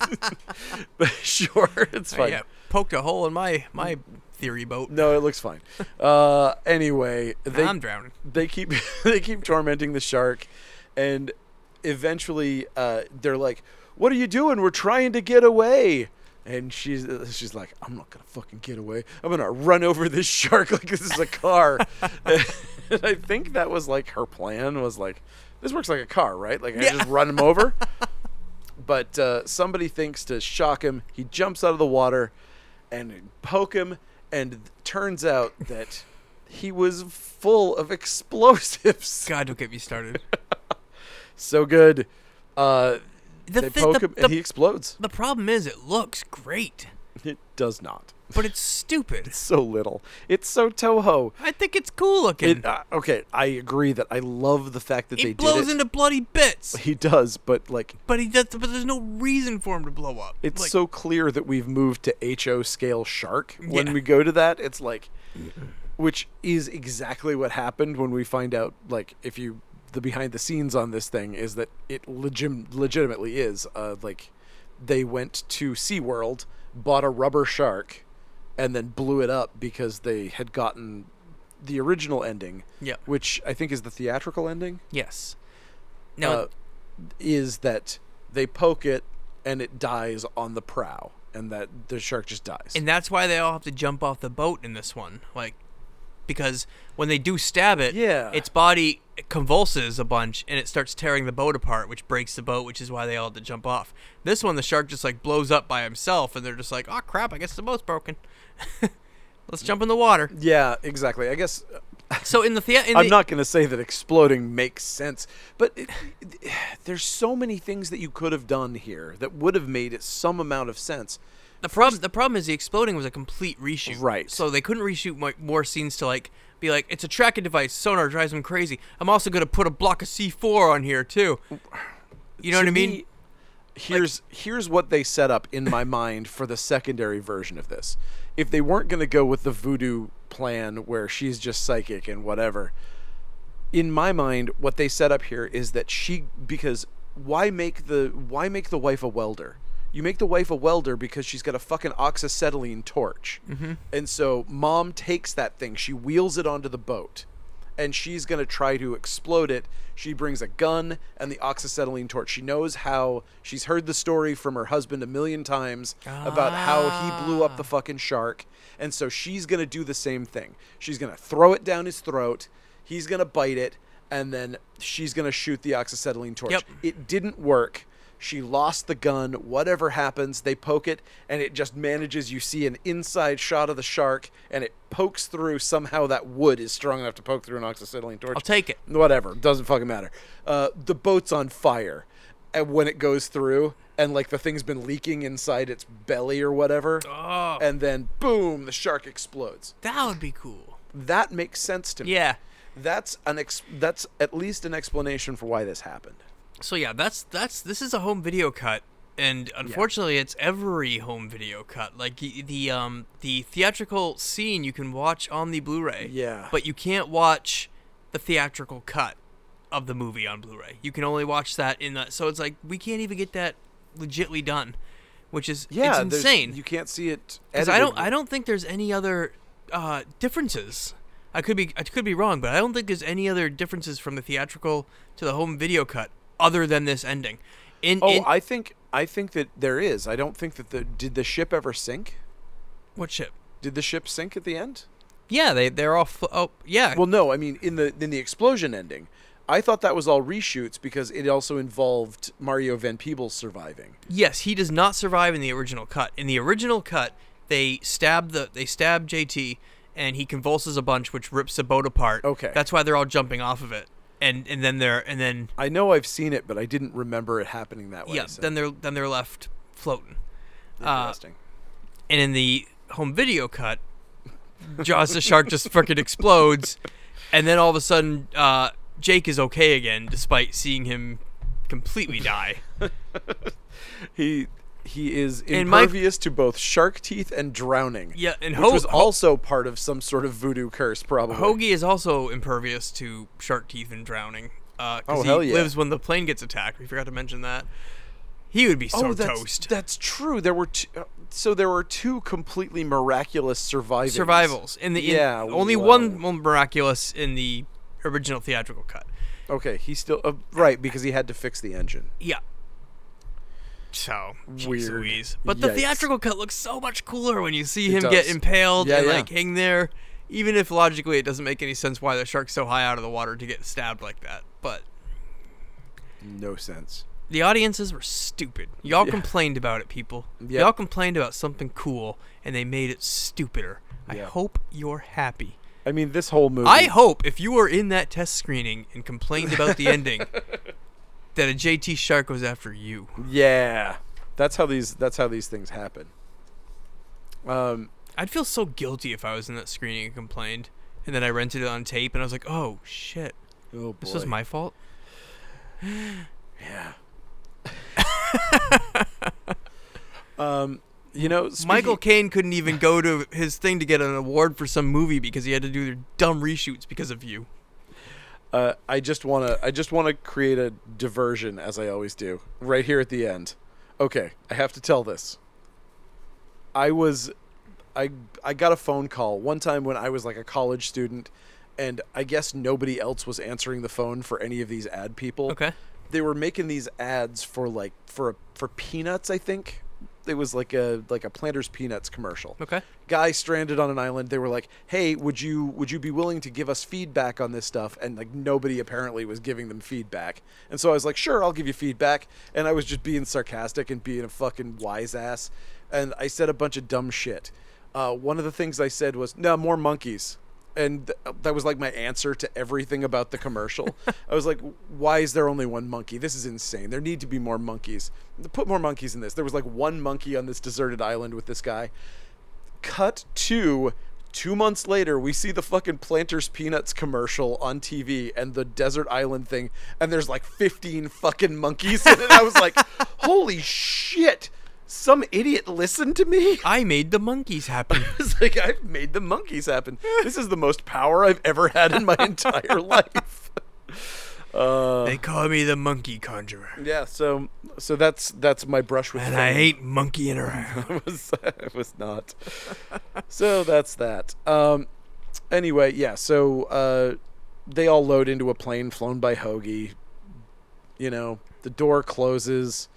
Speaker 1: but sure, it's
Speaker 2: Uh,
Speaker 1: fine.
Speaker 2: yeah, poked a hole in my
Speaker 1: Mm.
Speaker 2: my theory boat.
Speaker 1: No, it looks fine. Uh, anyway, they
Speaker 2: I'm drowning.
Speaker 1: they keep they keep tormenting the shark, and eventually uh, they're like, "What are you doing? We're trying to get away." And she's she's like, "I'm not gonna fucking get away. I'm gonna run over this shark like this is a car." and I think that was like her plan was like, "This works like a car, right? Like I
Speaker 2: Yeah.
Speaker 1: just run him over." but uh, somebody thinks to shock him. He jumps out of the water and poke him, and it turns out that he was full of explosives.
Speaker 2: God, don't get me started.
Speaker 1: So good. Uh,
Speaker 2: The,
Speaker 1: they
Speaker 2: thi-
Speaker 1: poke
Speaker 2: the-
Speaker 1: him,
Speaker 2: the-
Speaker 1: and he explodes.
Speaker 2: the problem is, it looks great,
Speaker 1: It does not.
Speaker 2: but it's stupid.
Speaker 1: So little. It's so Toho.
Speaker 2: I think it's cool looking.
Speaker 1: It,
Speaker 2: It,
Speaker 1: uh, okay, I agree that I love the fact that they
Speaker 2: blows
Speaker 1: did it.
Speaker 2: into bloody bits,
Speaker 1: he does, but like
Speaker 2: but he does. But there's no reason for him to blow up.
Speaker 1: it's
Speaker 2: Like,
Speaker 1: so clear that we've moved to HO scale shark. When
Speaker 2: Yeah.
Speaker 1: we go to that, it's like, which is exactly what happened when we find out. Like, if you the behind the scenes on this thing is that it legim- legitimately is. Uh, like, they went to SeaWorld, bought a rubber shark, and then blew it up because they had gotten the original ending,
Speaker 2: yeah.
Speaker 1: which I think is the theatrical ending
Speaker 2: Yes. Now,
Speaker 1: uh, is that they poke it and it dies on the prow, and that the shark just dies.
Speaker 2: and that's why they all have to jump off the boat in this one, like, because when they do stab it,
Speaker 1: Yeah.
Speaker 2: its body convulses a bunch and it starts tearing the boat apart, which breaks the boat, which is why they all had to jump off. This one, the shark just like blows up by himself, and they're just like, "Oh crap, I guess the boat's broken. Let's jump in the water."
Speaker 1: yeah, exactly. I guess uh,
Speaker 2: So in the theater,
Speaker 1: I'm not going to say that exploding makes sense, but it, it- there's so many things that you could have done here that would have made it some amount of sense.
Speaker 2: The problem, the problem is the exploding was a complete reshoot.
Speaker 1: Right.
Speaker 2: So they couldn't reshoot mo- more scenes to like be like it's a tracking device. Sonar drives them crazy. I'm also gonna put a block of C4 on here too. You know
Speaker 1: To
Speaker 2: what I mean?
Speaker 1: me, here's here's what they set up in my mind for the secondary version of this. If they weren't going to go with the voodoo plan where she's just psychic and whatever, in my mind, what they set up here is that she because why make the why make the wife a welder? You make the wife a welder because she's got a fucking oxacetylene torch, and so mom takes that thing. She wheels it onto the boat, and she's gonna try to explode it. She brings a gun and the oxacetylene torch. She knows how. She's heard the story from her husband a million times about how he blew up the fucking shark, and so she's gonna do the same thing. She's gonna throw it down his throat. He's gonna bite it, and then she's gonna shoot the oxacetylene torch.
Speaker 2: Yep.
Speaker 1: It didn't work. She lost the gun. Whatever happens, they poke it, and it just manages. You see an inside shot of the shark, and it pokes through. Somehow that wood is strong enough to poke through an oxacetylene torch.
Speaker 2: I'll take it.
Speaker 1: Whatever. Doesn't fucking matter. Uh, the boat's on fire, and when it goes through, and like the thing's been leaking inside its belly or whatever,
Speaker 2: Oh,
Speaker 1: and then boom, the shark explodes.
Speaker 2: that would be cool.
Speaker 1: That makes sense to me.
Speaker 2: Yeah.
Speaker 1: That's an ex- that's at least an explanation for why this happened.
Speaker 2: So yeah, that's that's this is a home video cut, and unfortunately, it's every home video cut. Like the, the um the theatrical scene you can watch on the Blu-ray.
Speaker 1: Yeah.
Speaker 2: But you can't watch the theatrical cut of the movie on Blu-ray. You can only watch that in the. So it's like we can't even get that legitly done, which is
Speaker 1: Yeah,
Speaker 2: it's
Speaker 1: there's-
Speaker 2: insane.
Speaker 1: You can't see it.
Speaker 2: Because I don't,
Speaker 1: edited.
Speaker 2: I don't think there's any other uh, differences. I could be, I could be wrong, but I don't think there's any other differences from the theatrical to the home video cut other than this ending. In,
Speaker 1: Oh,
Speaker 2: in
Speaker 1: I think I think that there is. I don't think that the did the ship ever sink?
Speaker 2: what ship?
Speaker 1: Did the ship sink at the end?
Speaker 2: Yeah, they they're all. Fl- oh, yeah.
Speaker 1: Well, no. I mean, in the in the explosion ending, I thought that was all reshoots because it also involved Mario Van Peebles surviving.
Speaker 2: yes, he does not survive in the original cut. In the original cut, they stab the, they stab JT, and he convulses a bunch, which rips the boat apart.
Speaker 1: Okay.
Speaker 2: That's why they're all jumping off of it, and and then they're and then
Speaker 1: I know I've seen it, but I didn't remember it happening that way.
Speaker 2: yeah,
Speaker 1: so uh,
Speaker 2: then they're then they're left floating.
Speaker 1: interesting.
Speaker 2: and in the home video cut, Jaws the shark just freaking explodes, and then all of a sudden, uh, Jake is okay again despite seeing him completely die.
Speaker 1: He he is
Speaker 2: And my-
Speaker 1: impervious to both shark teeth and drowning.
Speaker 2: Yeah, and
Speaker 1: which
Speaker 2: Ho-
Speaker 1: was
Speaker 2: Ho-
Speaker 1: also part of some sort of voodoo curse, probably.
Speaker 2: Hoagie is also impervious to shark teeth and drowning. Because
Speaker 1: Oh,
Speaker 2: he
Speaker 1: hell yeah.
Speaker 2: lives when the plane gets attacked. We forgot to mention that. He would be so
Speaker 1: oh, that's,
Speaker 2: toast.
Speaker 1: That's true. There were two, so there were two completely miraculous survivals.
Speaker 2: Survivals in the in-
Speaker 1: Yeah,
Speaker 2: only
Speaker 1: wow.
Speaker 2: one one miraculous in the original theatrical cut.
Speaker 1: Okay, he still uh, right because he had to fix the engine.
Speaker 2: Yeah. So jeez
Speaker 1: Weird.
Speaker 2: Louise. But the
Speaker 1: Yikes.
Speaker 2: theatrical cut looks so much cooler when you see
Speaker 1: It
Speaker 2: him get
Speaker 1: does.
Speaker 2: impaled
Speaker 1: Yeah,
Speaker 2: and
Speaker 1: yeah.
Speaker 2: like hang there. Even if logically it doesn't make any sense why the shark's so high out of the water to get stabbed like that, but
Speaker 1: No sense.
Speaker 2: The audiences were stupid. Y'all
Speaker 1: Yeah.
Speaker 2: complained about it, people.
Speaker 1: Yep.
Speaker 2: Y'all complained about something cool, and they made it stupider. I
Speaker 1: Yeah.
Speaker 2: hope you're happy.
Speaker 1: I mean, this whole movie.
Speaker 2: I hope if you were in that test screening and complained about the ending, that a JT shark was after you.
Speaker 1: yeah, that's how these that's how these things happen. Um,
Speaker 2: I'd feel so guilty if I was in that screening and complained, and then I rented it on tape, and I was like, "Oh shit,
Speaker 1: oh boy.
Speaker 2: this was my fault."
Speaker 1: yeah. um, you know, speaking,
Speaker 2: Michael Caine couldn't even go to his thing to get an award for some movie because he had to do their dumb reshoots because of you.
Speaker 1: Uh, I just want to I just want to create a diversion as I always do right here at the end. Okay, I have to tell this. I was I I got a phone call one time when I was like a college student and I guess nobody else was answering the phone for any of these ad people.
Speaker 2: Okay.
Speaker 1: They were making these ads for like for a, for peanuts, I think. It was like a like a Planters Peanuts commercial
Speaker 2: Okay.
Speaker 1: guy stranded on an island they were like hey would you would you be willing to give us feedback on this stuff and like nobody apparently was giving them feedback and so i was like sure i'll give you feedback and i was just being sarcastic and being a fucking wise ass and i said a bunch of dumb shit uh, one of the things i said was no more monkeys and th- that was like my answer to everything about the commercial. I was like, why is there only one monkey? This is insane. There need to be more monkeys. Put more monkeys in this. There was like one monkey on this deserted island with this guy cut to two months later we see the fucking planters peanuts commercial on tv and the desert island thing and there's like 15 fucking monkeys in it i was like holy shit some idiot listened to me
Speaker 2: I made the monkeys happen.
Speaker 1: it's like i've made the monkeys happen this is the most power i've ever had in my entire life uh,
Speaker 2: they call me the monkey conjurer.
Speaker 1: yeah so so that's that's my brush with
Speaker 2: And I
Speaker 1: fame.
Speaker 2: ain't monkeying around.
Speaker 1: I was I was not. so that's that. Um, anyway, yeah. So uh, they all load into a plane flown by Hoagie. You know, the door closes.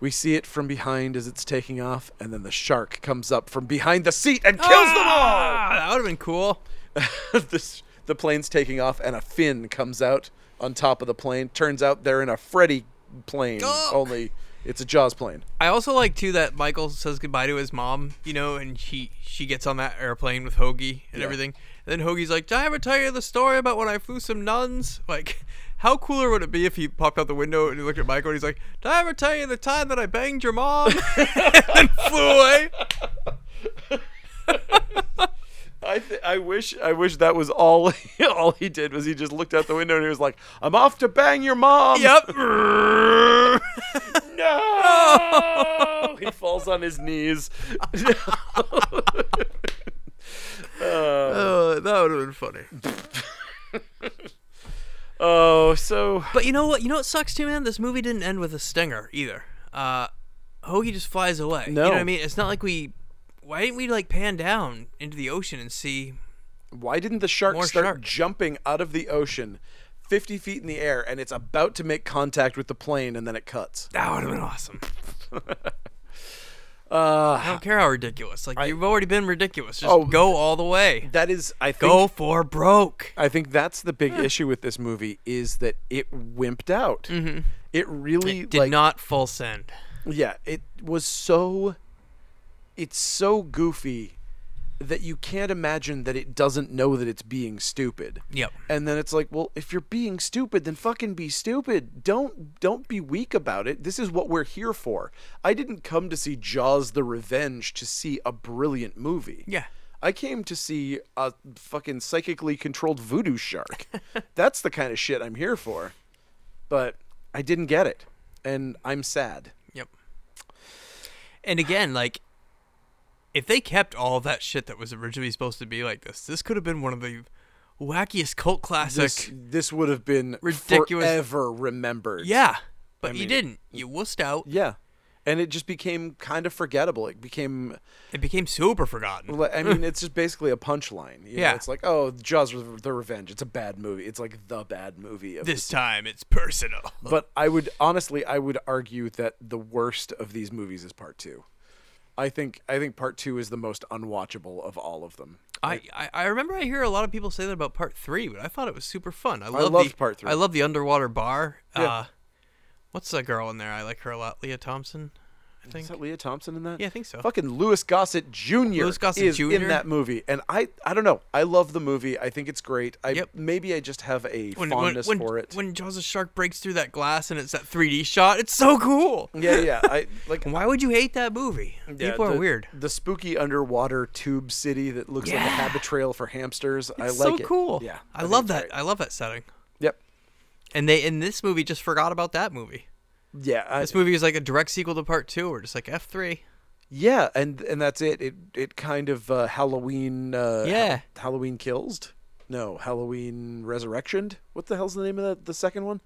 Speaker 1: We see it from behind as it's taking off, and then the shark comes up from behind the seat and kills
Speaker 2: ah, That would have been cool.
Speaker 1: them all. this, the plane's taking off, and a fin comes out on top of the plane. Turns out they're in a Freddy plane,
Speaker 2: Oh.
Speaker 1: only it's a Jaws plane.
Speaker 2: I also like too that Michael says goodbye to his mom, you know, and she she gets on that airplane with Hoagie and
Speaker 1: Yeah.
Speaker 2: everything. And then Hoagie's like, "Did I ever tell you the story about when I flew some nuns?" Like, how cooler would it be if he popped out the window and he looked at Michael and he's like, "Did I ever tell you the time that I banged your mom?" and flew away.
Speaker 1: I, th- I wish I wish that was all all he did was he just looked out the window and he was like, "I'm off to bang your mom."
Speaker 2: Yep.
Speaker 1: No. Oh. he falls on his knees. Uh,
Speaker 2: Uh, that would have been funny.
Speaker 1: oh, so
Speaker 2: But you know what? You know what sucks too, man. This movie didn't end with a stinger either. Uh, Hoagie just flies
Speaker 1: No.
Speaker 2: away. you know what I mean. It's not like we. Why didn't we like pan down into the ocean and see?
Speaker 1: why didn't the shark
Speaker 2: More
Speaker 1: start
Speaker 2: shark.
Speaker 1: jumping out of the ocean, fifty feet in the air, and it's about to make contact with the plane, and then it cuts?
Speaker 2: That would have been awesome. I
Speaker 1: Uh,
Speaker 2: don't care how ridiculous. Like you've already been ridiculous. Just
Speaker 1: Oh.
Speaker 2: go all the way.
Speaker 1: that is, I think,
Speaker 2: Go for broke.
Speaker 1: I think that's the big issue with this movie is that it wimped out.
Speaker 2: Mm-hmm.
Speaker 1: It really
Speaker 2: Did
Speaker 1: like,
Speaker 2: not full send.
Speaker 1: Yeah, it was so. It's so goofy that you can't imagine that it doesn't know that it's being stupid.
Speaker 2: Yep.
Speaker 1: And then it's like, well, if you're being stupid, then fucking be stupid. Don't don't be weak about it. This is what we're here for. I didn't come to see Jaws the Revenge to see a brilliant movie.
Speaker 2: Yeah.
Speaker 1: I came to see a fucking psychically controlled voodoo shark. That's the kind of shit I'm here for. But I didn't get it. And I'm sad.
Speaker 2: Yep. And again, like if they kept all that shit that was originally supposed to be like this, this could have been one of the wackiest cult classic.
Speaker 1: This, this would have been
Speaker 2: Ridiculous.
Speaker 1: forever remembered.
Speaker 2: yeah, but you
Speaker 1: mean-
Speaker 2: didn't. You wussed out.
Speaker 1: Yeah. And it just became kind of forgettable. It became,
Speaker 2: It became super forgotten.
Speaker 1: I mean, it's just basically a punchline. you know?
Speaker 2: Yeah.
Speaker 1: It's like, oh, Jaws Re- the Revenge. It's a bad movie. It's like the bad movie of
Speaker 2: This time it's personal.
Speaker 1: But I would honestly, I would argue that the worst of these movies is Part Two. I think I think Part Two is the most unwatchable of all of them.
Speaker 2: I, I, I remember I hear a lot of people say that about part three, but I thought it was super fun. I, love
Speaker 1: loved
Speaker 2: the,
Speaker 1: part three.
Speaker 2: I love the underwater bar.
Speaker 1: Yeah.
Speaker 2: Uh, what's that girl in there? I like her a lot. Leah Thompson, I think.
Speaker 1: Is that Leah Thompson in that?
Speaker 2: Yeah, I think so.
Speaker 1: Fucking Louis Gossett Jr.
Speaker 2: Louis Gossett
Speaker 1: is
Speaker 2: Jr.?
Speaker 1: in that movie, and I I don't know. I love the movie. I think it's great. I
Speaker 2: Yep.
Speaker 1: maybe I just have a
Speaker 2: when, when,
Speaker 1: fondness
Speaker 2: when,
Speaker 1: for it.
Speaker 2: when Jaws the Shark breaks through that glass and it's that 3D shot, it's so cool.
Speaker 1: yeah, yeah. I like.
Speaker 2: Why would you hate that movie?
Speaker 1: yeah,
Speaker 2: People are
Speaker 1: the-
Speaker 2: weird.
Speaker 1: The spooky underwater tube city that looks like a
Speaker 2: Yeah.
Speaker 1: habit trail for hamsters. I like
Speaker 2: It's so
Speaker 1: it.
Speaker 2: cool.
Speaker 1: Yeah,
Speaker 2: I,
Speaker 1: think
Speaker 2: love
Speaker 1: it's
Speaker 2: that.
Speaker 1: great.
Speaker 2: I love that setting.
Speaker 1: Yep.
Speaker 2: And they in this movie just forgot about that movie.
Speaker 1: Yeah. I,
Speaker 2: This movie is like a direct sequel to part two, or just like F three.
Speaker 1: Yeah, and and that's it. It it kind of uh, Halloween. Uh,
Speaker 2: Yeah.
Speaker 1: Ha- Halloween kills. No, Halloween resurrectioned. What the hell's the name of that? The second one.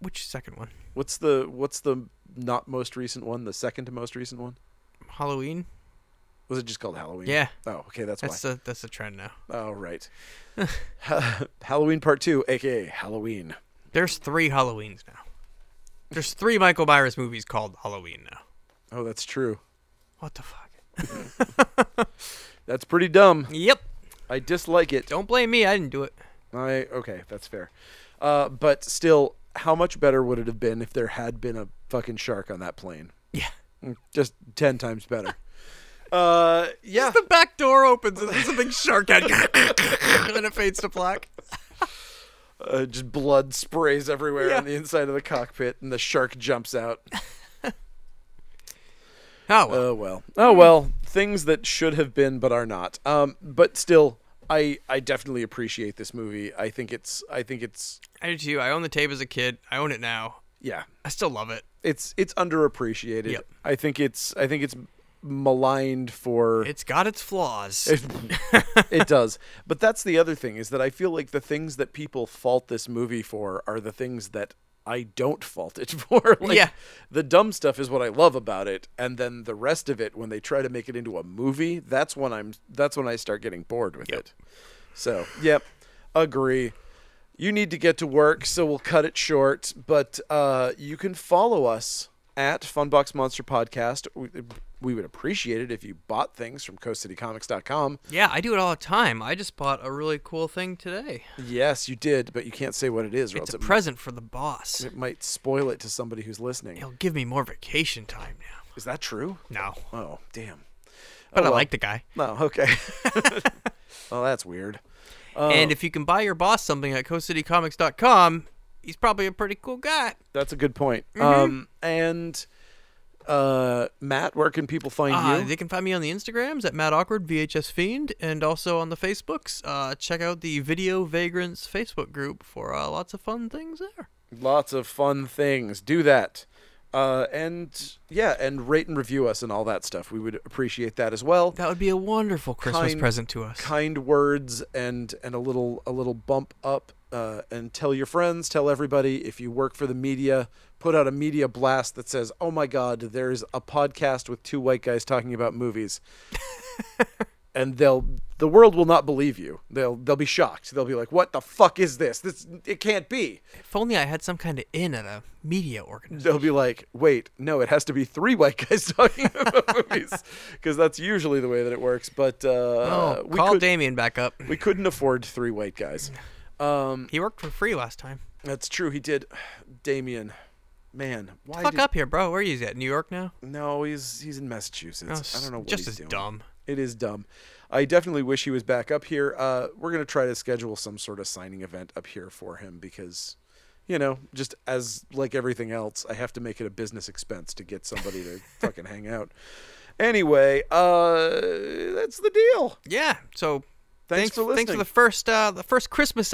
Speaker 2: Which second one?
Speaker 1: What's the what's the not most recent one? The second to most recent one.
Speaker 2: Halloween.
Speaker 1: Was it just called Halloween?
Speaker 2: Yeah,
Speaker 1: Oh, okay, that's,
Speaker 2: that's the that's the trend now.
Speaker 1: why. Oh, right. Ha- Halloween Part Two, aka Halloween.
Speaker 2: There's three Halloweens now. There's three Michael Myers movies called Halloween now.
Speaker 1: Oh, that's true.
Speaker 2: What the fuck?
Speaker 1: That's pretty dumb.
Speaker 2: Yep.
Speaker 1: I dislike it.
Speaker 2: Don't blame me. I didn't do it.
Speaker 1: I okay, that's fair. Uh, but still, how much better would it have been if there had been a fucking shark on that plane?
Speaker 2: Yeah.
Speaker 1: just 10 times better. uh, yeah.
Speaker 2: The back door opens and there's a big shark head, and it fades to black.
Speaker 1: Uh, just blood sprays everywhere
Speaker 2: Yeah.
Speaker 1: on the inside of the cockpit, and the shark jumps out.
Speaker 2: Oh, well.
Speaker 1: Oh, well. Oh, well. Things that should have been but are not. Um, but still. I, I definitely appreciate this movie. I think it's I think it's
Speaker 2: I did too. I owned the tape as a kid. I own it now.
Speaker 1: yeah.
Speaker 2: I still love it.
Speaker 1: It's it's underappreciated.
Speaker 2: Yep.
Speaker 1: I think it's I think it's maligned for
Speaker 2: It's got its flaws.
Speaker 1: It, it does. But that's the other thing is that I feel like the things that people fault this movie for are the things that I don't fault it for. like,
Speaker 2: Yeah.
Speaker 1: The dumb stuff is what I love about it, and then the rest of it, when they try to make it into a movie, that's when I'm. That's when I start getting bored with it. So, yep, agree. You need to get to work, so we'll cut it short. But uh, you can follow us at Funbox Monster Podcast. We, we would appreciate it if you bought things from CoastCityComics.com.
Speaker 2: yeah, I do it all the time. I just bought a really cool thing today.
Speaker 1: Yes, you did, but you can't say what it is, or else
Speaker 2: It's a
Speaker 1: it,
Speaker 2: present for the boss.
Speaker 1: it might spoil it to somebody who's listening.
Speaker 2: He'll give me more vacation time now.
Speaker 1: Is that true?
Speaker 2: No,
Speaker 1: Oh, damn. Oh,
Speaker 2: but I
Speaker 1: well.
Speaker 2: like the guy.
Speaker 1: No, okay. well, that's weird.
Speaker 2: And if you can buy your boss something at coastcitycomics.com, he's probably a pretty cool guy.
Speaker 1: That's a good point. Um, and uh, Matt, where can people find
Speaker 2: Uh,
Speaker 1: you?
Speaker 2: they can find me on the Instagrams at Matt Awkward VHS Fiend, and also on the Facebooks. Uh, check out the Video Vagrants Facebook group for uh, lots of fun things there.
Speaker 1: Lots of fun things. Do that. Uh, and yeah, and rate and review us and all that stuff. We would appreciate that as well.
Speaker 2: That would be a wonderful Christmas
Speaker 1: Kind-
Speaker 2: present to us.
Speaker 1: kind words and and a little a little bump up uh, and tell your friends tell everybody if you work for the media put out a media blast that says oh my god there's a podcast with two white guys talking about movies and they'll the world will not believe you they'll they'll be shocked they'll be like what the fuck is this this it can't be
Speaker 2: If only I had some kind of in at a media organization.
Speaker 1: they'll be like wait no it has to be three white guys talking about movies because that's usually the way that it works but uh
Speaker 2: Oh,
Speaker 1: we
Speaker 2: call
Speaker 1: could-
Speaker 2: Damien back up.
Speaker 1: we couldn't afford three white guys. Um,
Speaker 2: He worked for free last time.
Speaker 1: that's true. He did. Damien, man, why?
Speaker 2: Fuck
Speaker 1: did-
Speaker 2: up here, bro. Where are you at? New York now?
Speaker 1: No, he's he's in Massachusetts. I don't know what
Speaker 2: Oh, just
Speaker 1: he's
Speaker 2: as
Speaker 1: doing.
Speaker 2: dumb.
Speaker 1: It is dumb. I definitely wish he was back up here. Uh, we're gonna try to schedule some sort of signing event up here for him because, you know, just as like everything else, I have to make it a business expense to get somebody to fucking hang out. Anyway, uh, that's the deal.
Speaker 2: Yeah. So
Speaker 1: Thanks for
Speaker 2: Thanks for
Speaker 1: listening.
Speaker 2: the first uh, the first Christmas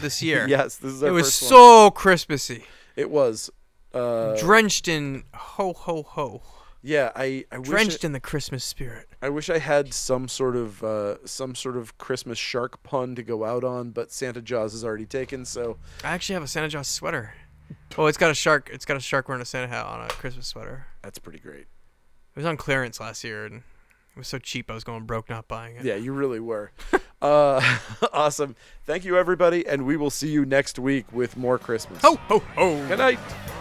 Speaker 2: this year.
Speaker 1: Yes, this is our
Speaker 2: It was
Speaker 1: first one.
Speaker 2: so Christmassy,
Speaker 1: It was. Uh,
Speaker 2: drenched in ho ho ho,
Speaker 1: yeah, I, I wish I-
Speaker 2: drenched in the Christmas spirit.
Speaker 1: I wish I had some sort of uh, some sort of Christmas shark pun to go out on, but Santa Jaws is already taken. So
Speaker 2: I actually have a Santa Jaws sweater. Oh, it's got a shark. It's got a shark wearing a Santa hat on a Christmas sweater.
Speaker 1: that's pretty great.
Speaker 2: It was on clearance last year, and it was so cheap I was going broke not buying it.
Speaker 1: Yeah, you really were. uh, awesome. Thank you, everybody, and we will see you next week with more Christmas.
Speaker 2: Ho ho ho.
Speaker 1: good night.